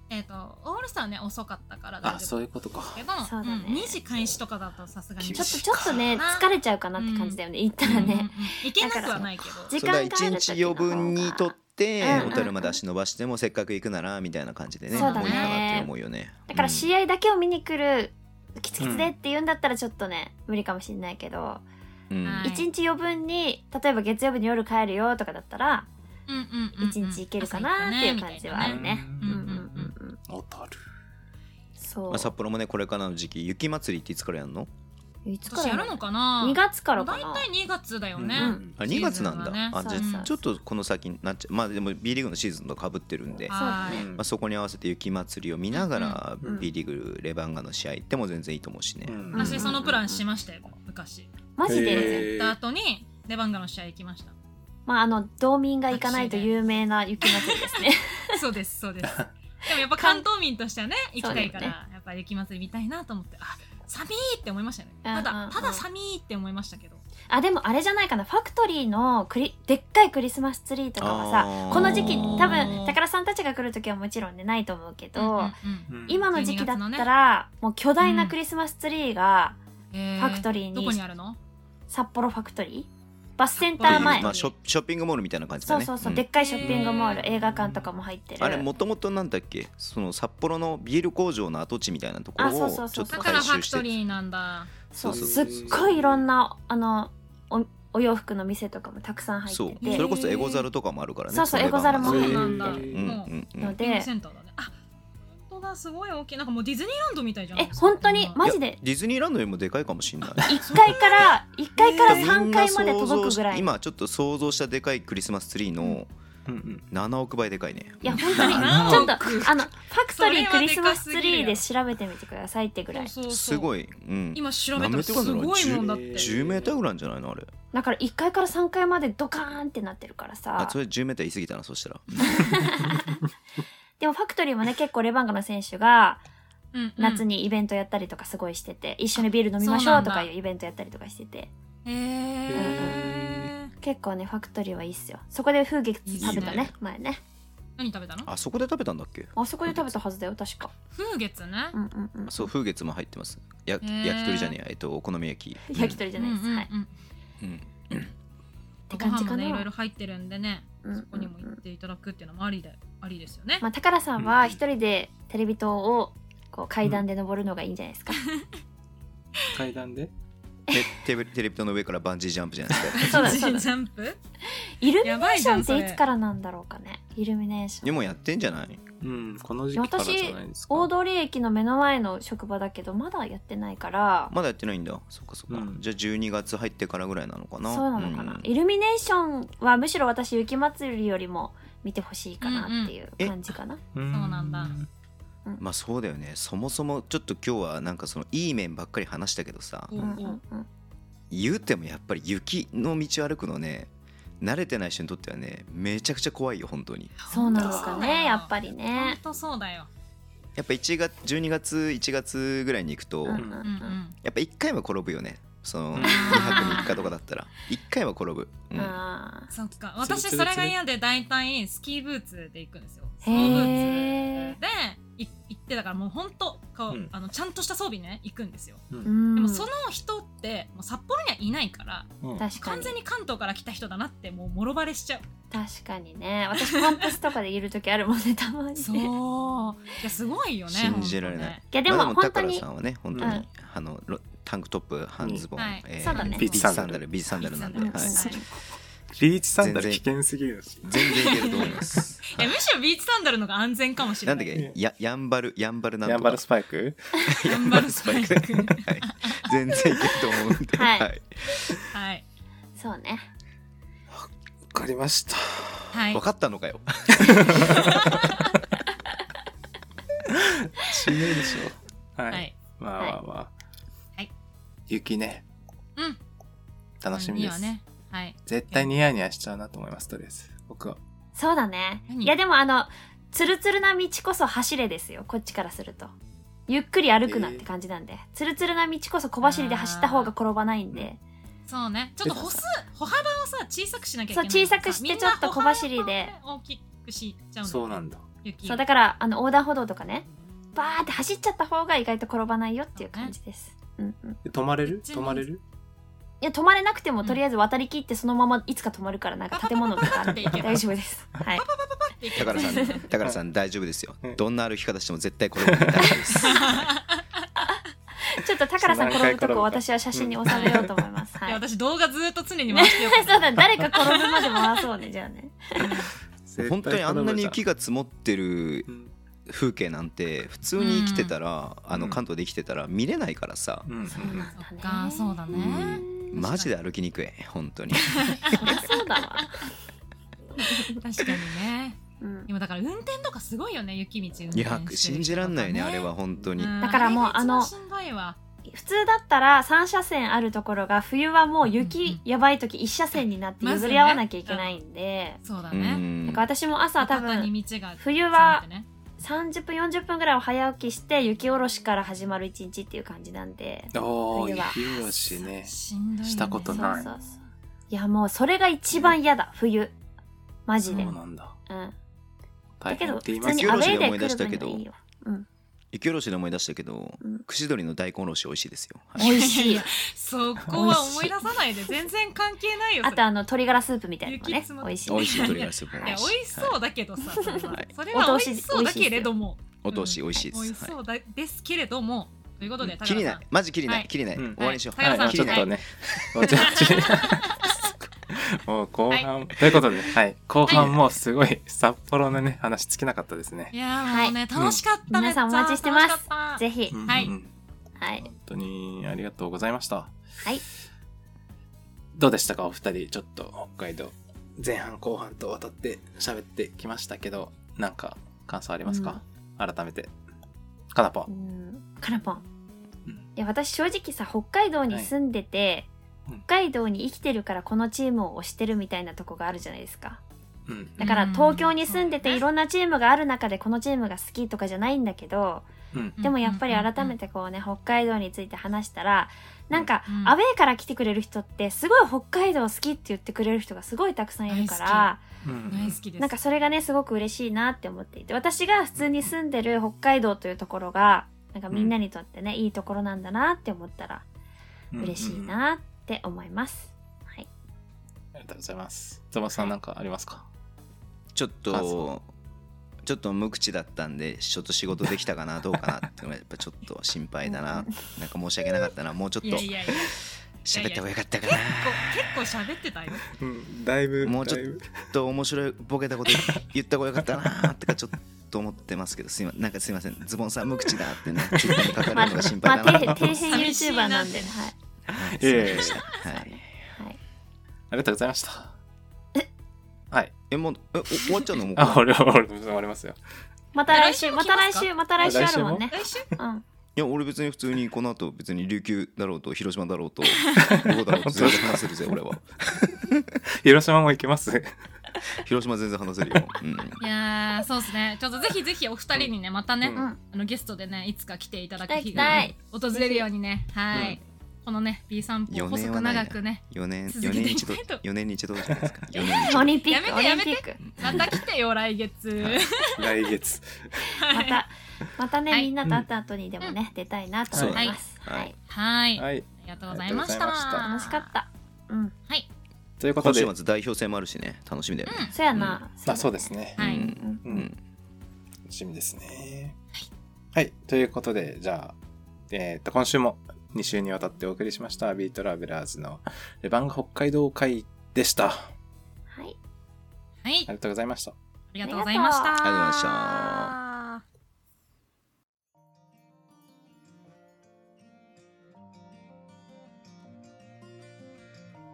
えっとオールスターはね遅かったから大あ丈そう夫いうことかけどそうだねうん2時開始とかだとさすがにちちょっとちょっとね疲れちゃうかなって感じだよね行ったらうんうんね、行けなくはないけど時そうだ間があ1る日余分にとってうんうんうん小樽まで足伸ばしてもせっかく行くならみたいな感じでねそうだねもいいかなって思うよねだから合試合だけを見に来るキツキツでって言うんだったらちょっとね、無理かもしれないけど、はい一1日余分に例えば月曜日に夜帰るよとかだったらうんうんうんうん1日行けるかなっていう感じはあるね。ううんんううんんううんんうん小樽そまあ、札幌もねこれからの時期雪まつりっていつからやるのう。いつ今か年らやるやるののかな2月からか大な。体2月だよね、うんあ2月なんシーズンだ、はねあじゃそうそあうちょっとこの先になっちゃうまあでも B リーグのシーズンとかぶってるんで、まはそうだいねあ、そこに合わせて雪まつりを見ながらうんうん B リーグレバンガの試合行っても全然いいと思うしね、うん私そのプランしましたよ昔マジへで、ーだ後にレバンガの試合行きましたまああの道民が行かないと有名な雪まつりですね。 そうですそうですでもやっぱ関東民としてはね行きたいから、そうだやっぱ雪祭り見たいなと思ってあ寒いって思いましたねうんうんたうんだただ寒いって思いましたけどあでもあれじゃないかなファクトリーのクリでっかいクリスマスツリーとかはあさーこの時期多分宝さんたちが来る時はもちろんねないと思うけど、フうん今の時期だったら、もう巨大なクリスマスツリーがファクトリーにどこにあるの札幌ファクトリーバスセンター前まあ、ショショッピングモールみたいな感じそだうねそうそう、んでっかいショッピングモールへー映画館とかも入ってるあれもともとなんだっけその札幌のビール工場の跡地みたいなとこあろそうそをうちそょうっだとからフ回ァ収クしてトリーなんだそうそうすっごいいろんなあのおお洋服の店とかもたくさん入そうってそてれこそエゴザルとかもあるからねそうそうれエゴザルもうあるそううなんだ、うんんもううんうんのゲームでセンターだねあ本当だすごい大きいなんかもうディズニーランドみたいじゃんえ本当にマジいやでディズニーランドよりもでかいかもしれない1階から1階からみんな3階まで届くぐらい想像しい今ちょっと想像したでかいクリスマスツリーのうんうん7億倍でかいねや本当になちょっと億あのファクトリークリスマスツリーでそ調べてみてくださいってぐらいそうそうすごい、うん、今調べたらすごいもんだって10メーターぐらいなんじゃないのあれだから1階から3階までドカーンってなってるからさあそれ10メーター言い過ぎたなそしたらでもファクトリーもね結構レバンガの選手がうんうん夏にイベントやったりとかすごいしてて、一緒にビール飲みましょうとかいうイベントやったりとかしててへえ結構ねファクトリーはいいっすよそこで風月食べたいねいね前ね何食べたのあそこで食べたんだっけあそこで食べたはずだよ確か風月ねうんうんうんそう風月も入ってますやへー焼き鳥じゃねえやえっとお好み焼き焼き鳥じゃないです、うんうんうんはいっうんて感じご飯かもな、ねいろいろ入ってるんでねうんうんそこにも行っていただくっていうのもありだありですよねまあ宝さんは一人でテレビ塔をこう階段で登るのがいいんじゃないですか、 階段でえテレビテレビ塔の上からバンジージャンプじゃないですかそうだジそうン だジャンプイルミネやばーいシじゃョンんっそてれいつからなんだろうかねイルミネーシでョンもやってんじゃないうんこの時期からじゃないですか大通駅の目の前の職場だけどまだやってないからまだやってないんだそっかそっか、うんじゃあ12月入ってからぐらいなのかなそうなのかな、んイルミネーションはむしろ私雪まつりよりも見てほしいかなっていううんうん感じかな、そうそうなんだまあそうだよねそもそもちょっと今日はなんかそのいい面ばっかり話したけどさ、おううんおううん言うてもやっぱり雪の道を歩くのね慣れてない人にとってはねめちゃくちゃ怖いよ本当にそうなのかそうだよねやっぱりほんねとそうだよやっぱ1月12月1月ぐらいに行くと、うんうやんううんうんんっぱ1回は転ぶよねそのうん2泊3日とかだったら1回は転ぶ、うんあそっかツルツル私それが嫌で大体スキーブーツで行くんですよスキへーブーーツでい行ってだからもうほんとこう、うんあのちゃんとした装備ね行くんですよーうんでもその人ってもう札幌にはいないからうん確か完に全に関東から来た人だなってもうもろバレしちゃう確かにね私キャンパスとかでいる時あるもんねたまにねそういやすごいよね信じられないいやでまあも本当宝にさんはね本当に、うんあのロタンクトップ半ズボン、うんはいえーそうだねビーチサンサンダダルルビーチサンダルなんで、本は当いに、はいビーチサンダル危険すぎるし全然いけると思いますいやむしろビーチサンダルの方が安全かもしなれなんだっいけややんばるやんばるなんヤンとバかルスパイク ヤンバルスパイクはい、全然いけると思うんで、はいはいはいそうねわかりましたはい分かったのかよしんどいでしょはい、はいまあまあまあ、はい雪ねうん楽しみです、にはねはい絶対ニヤニヤしちゃうなと思いますとりあえず僕はそうだね何いやでもあのツルツルな道こそ走れですよこっちからするとゆっくり歩くなって感じなんで、ツルツルな道こそ小走りで走った方が転ばないんでそうねちょっと歩数歩幅をさ小さくしなきゃいけないそう小さくしてみんなちょっと小走りで歩幅をね大きくしちゃうんだそうなんんだ雪そうだからあの横断歩道とかねバーって走っちゃった方が意外と転ばないよっていう感じです、うんうん、で止まれるちな止みにまれるいや止まれなくても、うんとりあえず渡り切ってそのままいつか止まるからなんか建物とかあ るんでパパパパパ大丈夫ですはい宝さ んそう宝さん大丈夫ですようんどんな歩き方しても絶対これ大丈夫 です ちょっと宝さん転ぶとこ何回転ぶか私は写真に収めようと思います、いはいや い私動画ずーっと常に回 してよそうだ誰か転ぶまで回そうねじゃあね本当にあんなに雪が、が積もってるうん風景なんて普通に生きてたら、あうのん関東で生きてたら見れないからさ、うんそうなんだそっねかそうだねうんマジで歩きにくい本 当にそりゃそうだわ、確かにねうん、今だから運転とかすごいよね雪道運転してるい人とやかね信じらんないねあれは本当に、うんだからもうあのれが一番しんどいわ普通だったら3車線あるところが冬はもううんう雪んやばい時1車線になって譲り合わなきゃいけないんで、そうだうねんなんか私も朝片多分に道が冬ちゃんはとね30分40分ぐらいを早起きして雪下ろしから始まる一日っていう感じなんでおー冬は雪下ろしねしんどいよねしたことそうないそうそういやもうそれが一番嫌だ冬マそうジで、なんだうん、大だけ変どっ普通て言いにます雪よア下ウろェしでイで来る分思い出したけどがいいよ、うん、雪下ろしで思い出したけど、うん串取りの大根おろし美味しいですよ、はい美味しい いやそこは思い出さないで全然関係ないよそあれとあの鶏ガラスープみたいなのも雪ね積もっ美味しい美味しい鶏ガラスープもいや美味しそうだけどさ、それははいそれはお美通し味しそうだけれども、お通し美味しいです、美味しはいそうだですけれども、ということで、切りないマジ切りない、はい切りない、うん終わりにしよう、はいはい、も高う田切ちょっりないとね。もうちょっ ともう後半、ということで、はい、後半もうすごい札幌のね、話尽きなかったですいね。やーもうね、楽しかったね。皆さんお待ちしてます楽かった ぜひうんはいうんはい本当にありがとうございました。はい。どうでしたか、お二人、ちょっと北海道、前半後半と渡って喋ってきましたけど、なんか感想ありますか、改めて。かなぽ。うんんカナポンうんいや私正直さ北海道に住んでて、はいうん北海道に生きてるからこのチームを推してるみたいなとこがあるじゃないですかうん。だからうん東京に住んでてそうねいろんなチームがある中でこのチームが好きとかじゃないんだけどうん。でもやっぱり改めて、てこうね北海道について話したらなんかうんアウェイから来てくれる人ってすごい北海道好きって言ってくれる人がすごいたくさんいるからうん。大好きです。なんかそれがねすごく嬉しいなって思っていて私が普通に住んでる北海道というところがなんかみんなにとってね、いいところなんだなって思ったらうん嬉しい。うんなって思います。ありがとうございます。ゾマさん、なんかありますかちょっ感と想ちょっと無口だったんでちょっと仕事できたかなどうかなっていうのがやっぱちょっと心配だななんか申し訳なかったなもうちょっといやいやいや、喋った方がよかったか結な構、結構喋ってたよ。うん、だいぶもうちょっと面白いボケたこと言った方がよかったなとかちょっと思ってますけどすいまなんかすいませんズボンさん無口だってねツイッターに書かまれあ、まあるのが心底配だな辺底辺 寂しい YouTuber ななんで、ってはい、はいいえいえすいませんはいはい、ありがとうございました。はい。えもうえお終わっちゃうのもうあ、俺は俺も終わりますよ。また来来週週もま来たま来すか週また来週あるもんね。来週うん、いや俺別に普通にこの後別に琉球だろうと広島だろうとどこだろうとずっと話せるぜ俺は広島も行けます広島全然話せるよ、うん、いやーそうですねちょっとぜひぜひお二人にねまたね、うんあのゲストでねいつか来ていただく行日きがたねい訪れるようにねはうい、んこのね B 散歩を四細年くはないな長くね4年続け4てい年にき一た度いと4年に一度じゃないですか4年に一オ度リンピックやオめてリやンめてピックまた来てよ来月来月。またまたね、はいみんなと会った後にでもね、出たいなと思います、そうだねははいい、はいあはい。りがとうございましたありがとうござい楽しかったうんはいということ今で、週ま末代表戦もあるしね楽しみだよね、そやな、あそうですね。はいうんうんううんん。楽しみですね。はい。ということで、じゃあ、えっ、と、今週も2週にわたってお送りしました、ビートラベラーズのレバンガ北海道会でした。あはいはいりがとうございました。ありがとうございましたありがとうございました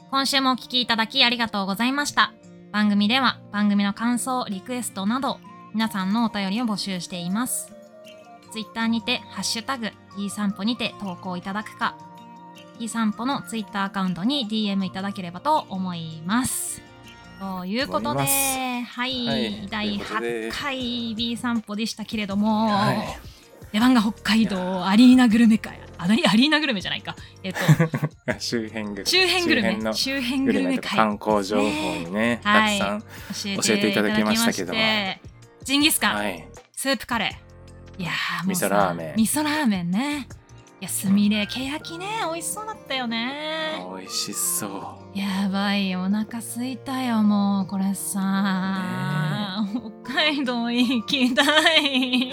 今週もお聞きいただきありがとうございました番組では番組の感想リクエストなど皆さんのお便りを募集していますツイッターにて「ハッシュタグいい散歩」にて投稿いただくかいい散歩のツイッターアカウントに DM いただければと思いますということで思いますはい、はい第というこ8と回 B 散歩でしたけれども、はい出番が北い海やー道アリーナグルメかアリアリーナグルメじゃないかえ っ、と 周辺グルメ。周辺グルメ周の周辺ググルルメメとか会観光情報にね、たはくいさん。教えていただ教えていただききましまてしたけどもジンギスカン、はい。スープカレーいやーもう味さ噌ラーメン味噌ラーメンねいやすみれけやきね美味しそうだったよね 美味しそう。やばいお腹すいたよもうこれさ、北海道行きたい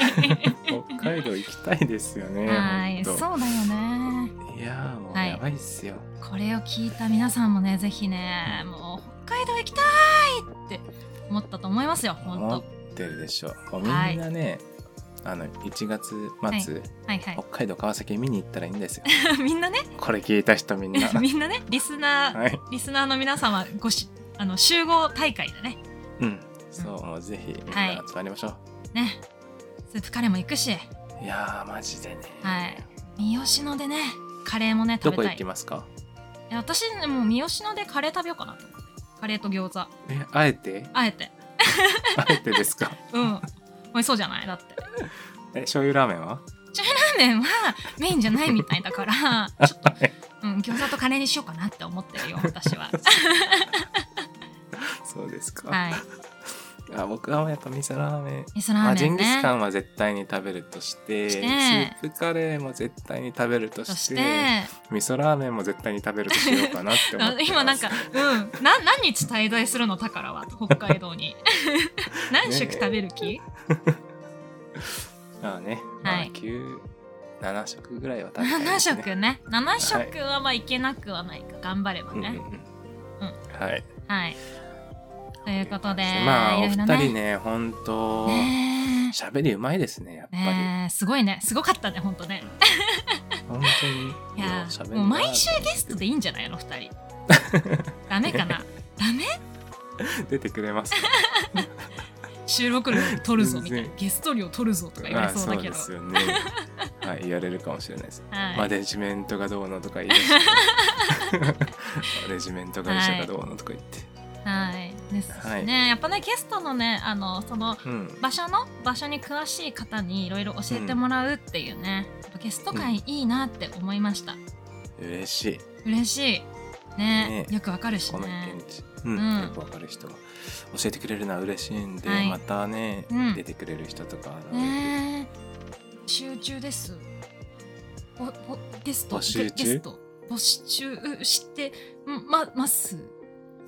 北海道行きたいですよね。はいそほうんとだよねいやーもうはいやばいっすよ。これを聞いた皆さんもねぜひねもう北海道行きたいって思ったと思いますよ本当思ってるでしょう。もうみんなね、あの1月末、はいは北海道川崎見に行ったらいいんですよ。 い みんなねこれ聞いた人みんな。 みんなねリスナー、はい。リスナーの皆様ごしあの集合大会だねうん。そう、もうぜひみんはいな集まりましょう。ねスープカレーも行くしい、やー、マジでね。はい三好野でねカレーもねど食こべた行いきますかいや私ねもう三好野でカレー食べようかなと思ってカレーと餃子え、あえてあえてあえてです か うん美味しそうじゃないだってえ、醤油ラーメンはラーメンはメインじゃないみたい だからちょっと、うん、餃子とカレーにしようかなって思ってるよ私 はそうですか。はいあ僕はやっぱ味噌ラーメン。味噌まラあ、ージメンンギスカねンは絶対に食べるとしてしてスープカレーも絶対に食べるとそしてして味噌ラーメンも絶対に食べるとしようかなって思ってあます 今なんかうんな何日滞在するの宝は北海道 に何食食べる気、まあね、はいまあ9 7食ぐらいは食べたい7ですね食ね7食はまあいけなくはないか頑張ればうんうんね、うんはいはいということでまあおいろいろ二人ね本当ね喋りうまいですねやっぱえり、ねえすごいねすごかったねほんとね本当いにや喋りもううまい毎週ゲストでいいんじゃないの二 人ダメかなダメ出てくれます収録料取るぞみたい全な然ゲスト料取るぞと か言われそうだけど、まあそうですよ ねはい言われるかもしれないです、はい、マネジメントがどうのとか言い出してマネジメント会社がどうのとか言って、はい、ですしはいね、やっぱねゲストのねあのそのうん場所の場所に詳しい方にいろいろ教えてもらうっていうね、やっぱゲスト会いいなって思いました、嬉しい嬉しいねねえよくわかるしこのね現地、うんうんよくわかる人が教えてくれるのは嬉しいんで、はいまたね、うん出てくれる人とか、ねえ集中ですぼぼゲスト募集中ゲゲスト募集してんま ます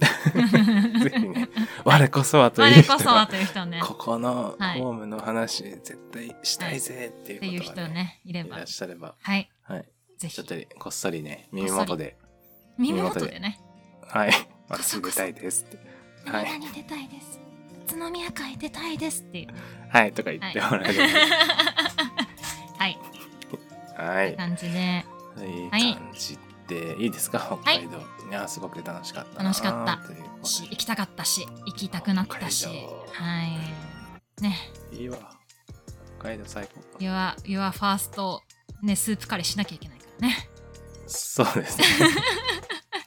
ぜひ ね我こそはとあいうれ人こそはがという人ねここのホはいームの話、絶対したいぜってっていいううこと人が、ねねいれいらばっしゃれば、はいはい、ぜひちょっとこっそりね耳元で耳耳元元ででねはいこ私そこ出そたいですってはい何々出たいです、宇都宮会出たいですっていうはいとか言ってもらえる はいはい、はい、感じでいいはい感じでいいですか北い海道、い、やすごく楽しかったな楽しかったということし行きたかったし行きたくなったし北海道はいねでいいわ北海道最高 You are, you are first ねスープカレーしなきゃいけないからねそう ですね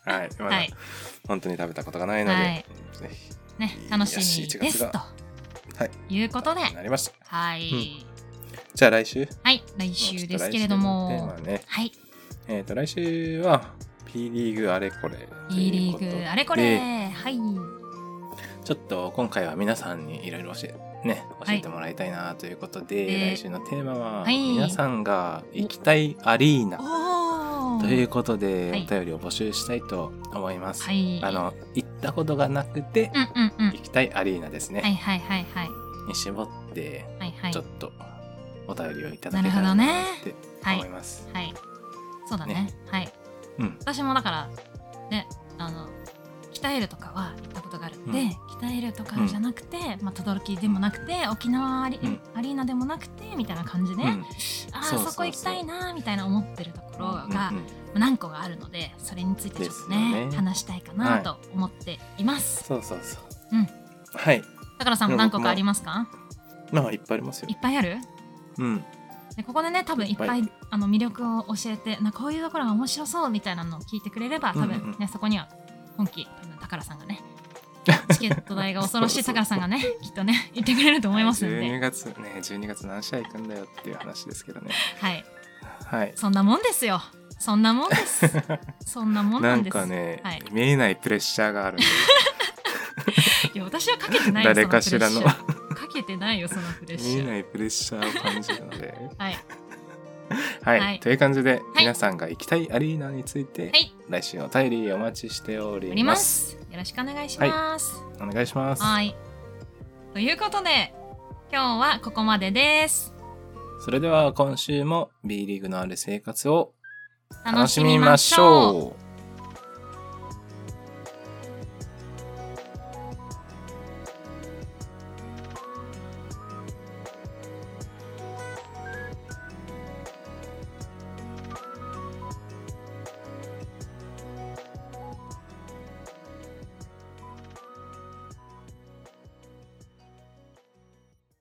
はいまだ、はい本当に食べたことがないので、はいぜひね、楽しみですよし1月とがはい。いうことで、なりました。はい、うんじゃあ来週はい、来週ですけれども、ちょっと来週のテーマね。はい、えっ、と、来週は P リーグあれこれということで。 B リーグあれこれ、はい、ちょっと今回は皆さんにいろいろ教え,、ね、教えてもらいたいなということで、で来週のテーマは、はい皆さんが行きたいアリーナおーということで、はいお便りを募集したいと思います。はい、あの行ったことがなくて、うんうんうん、行きたいアリーナですね、はいはいはいはいに絞ってはいはいちょっとお便りをいただけたらななるほってはい思います。はい。そうだね。ねはい。うん私もだから、ね、あの、鍛えるとかは行ったことがあるんで、うん鍛えるとかじゃなくて、まあ、とどろきでもなくて、沖縄アリ,、うんアリーナでもなくて、みたいな感じで、うんああ、そうそうそうそこ行きたいなー、みたいな思ってるところが、うんうん何個があるので、それについてちょっとですね、よね話したいかなと思っています。そうそうそう。うんはい。高田さんも何個かありますかまあいっぱいありますよい。っぱいあるうん。でここでね多分いっぱいいっあの魅力を教えてなんかこういうところが面白そうみたいなのを聞いてくれれば多分ね、うんうんそこには今期多分宝さんがね チケット代が恐 ろしい宝さんがねきっとね言ってくれると思いますの12で、月ね、12月何試合行くんだよっていう話ですけどね。はい、はい。そんなもんですよそんなもんです そんなもんななんんですかね、はい、見えないプレッシャーがあるんで。いや私はかけてないよ誰かしらのそのプレッシャーかけてないよそのプレッ見シえャーないプレッシャーを感じるので。はいはい、はいという感じで、皆さんが行きたいアリーナについて、はい来週お便りお待ちしておおりりま。ますすよろしくお願いします、お願いします。はいということで今日はここまでですそれでは今週も B リーグのある生活を楽しみましょうう。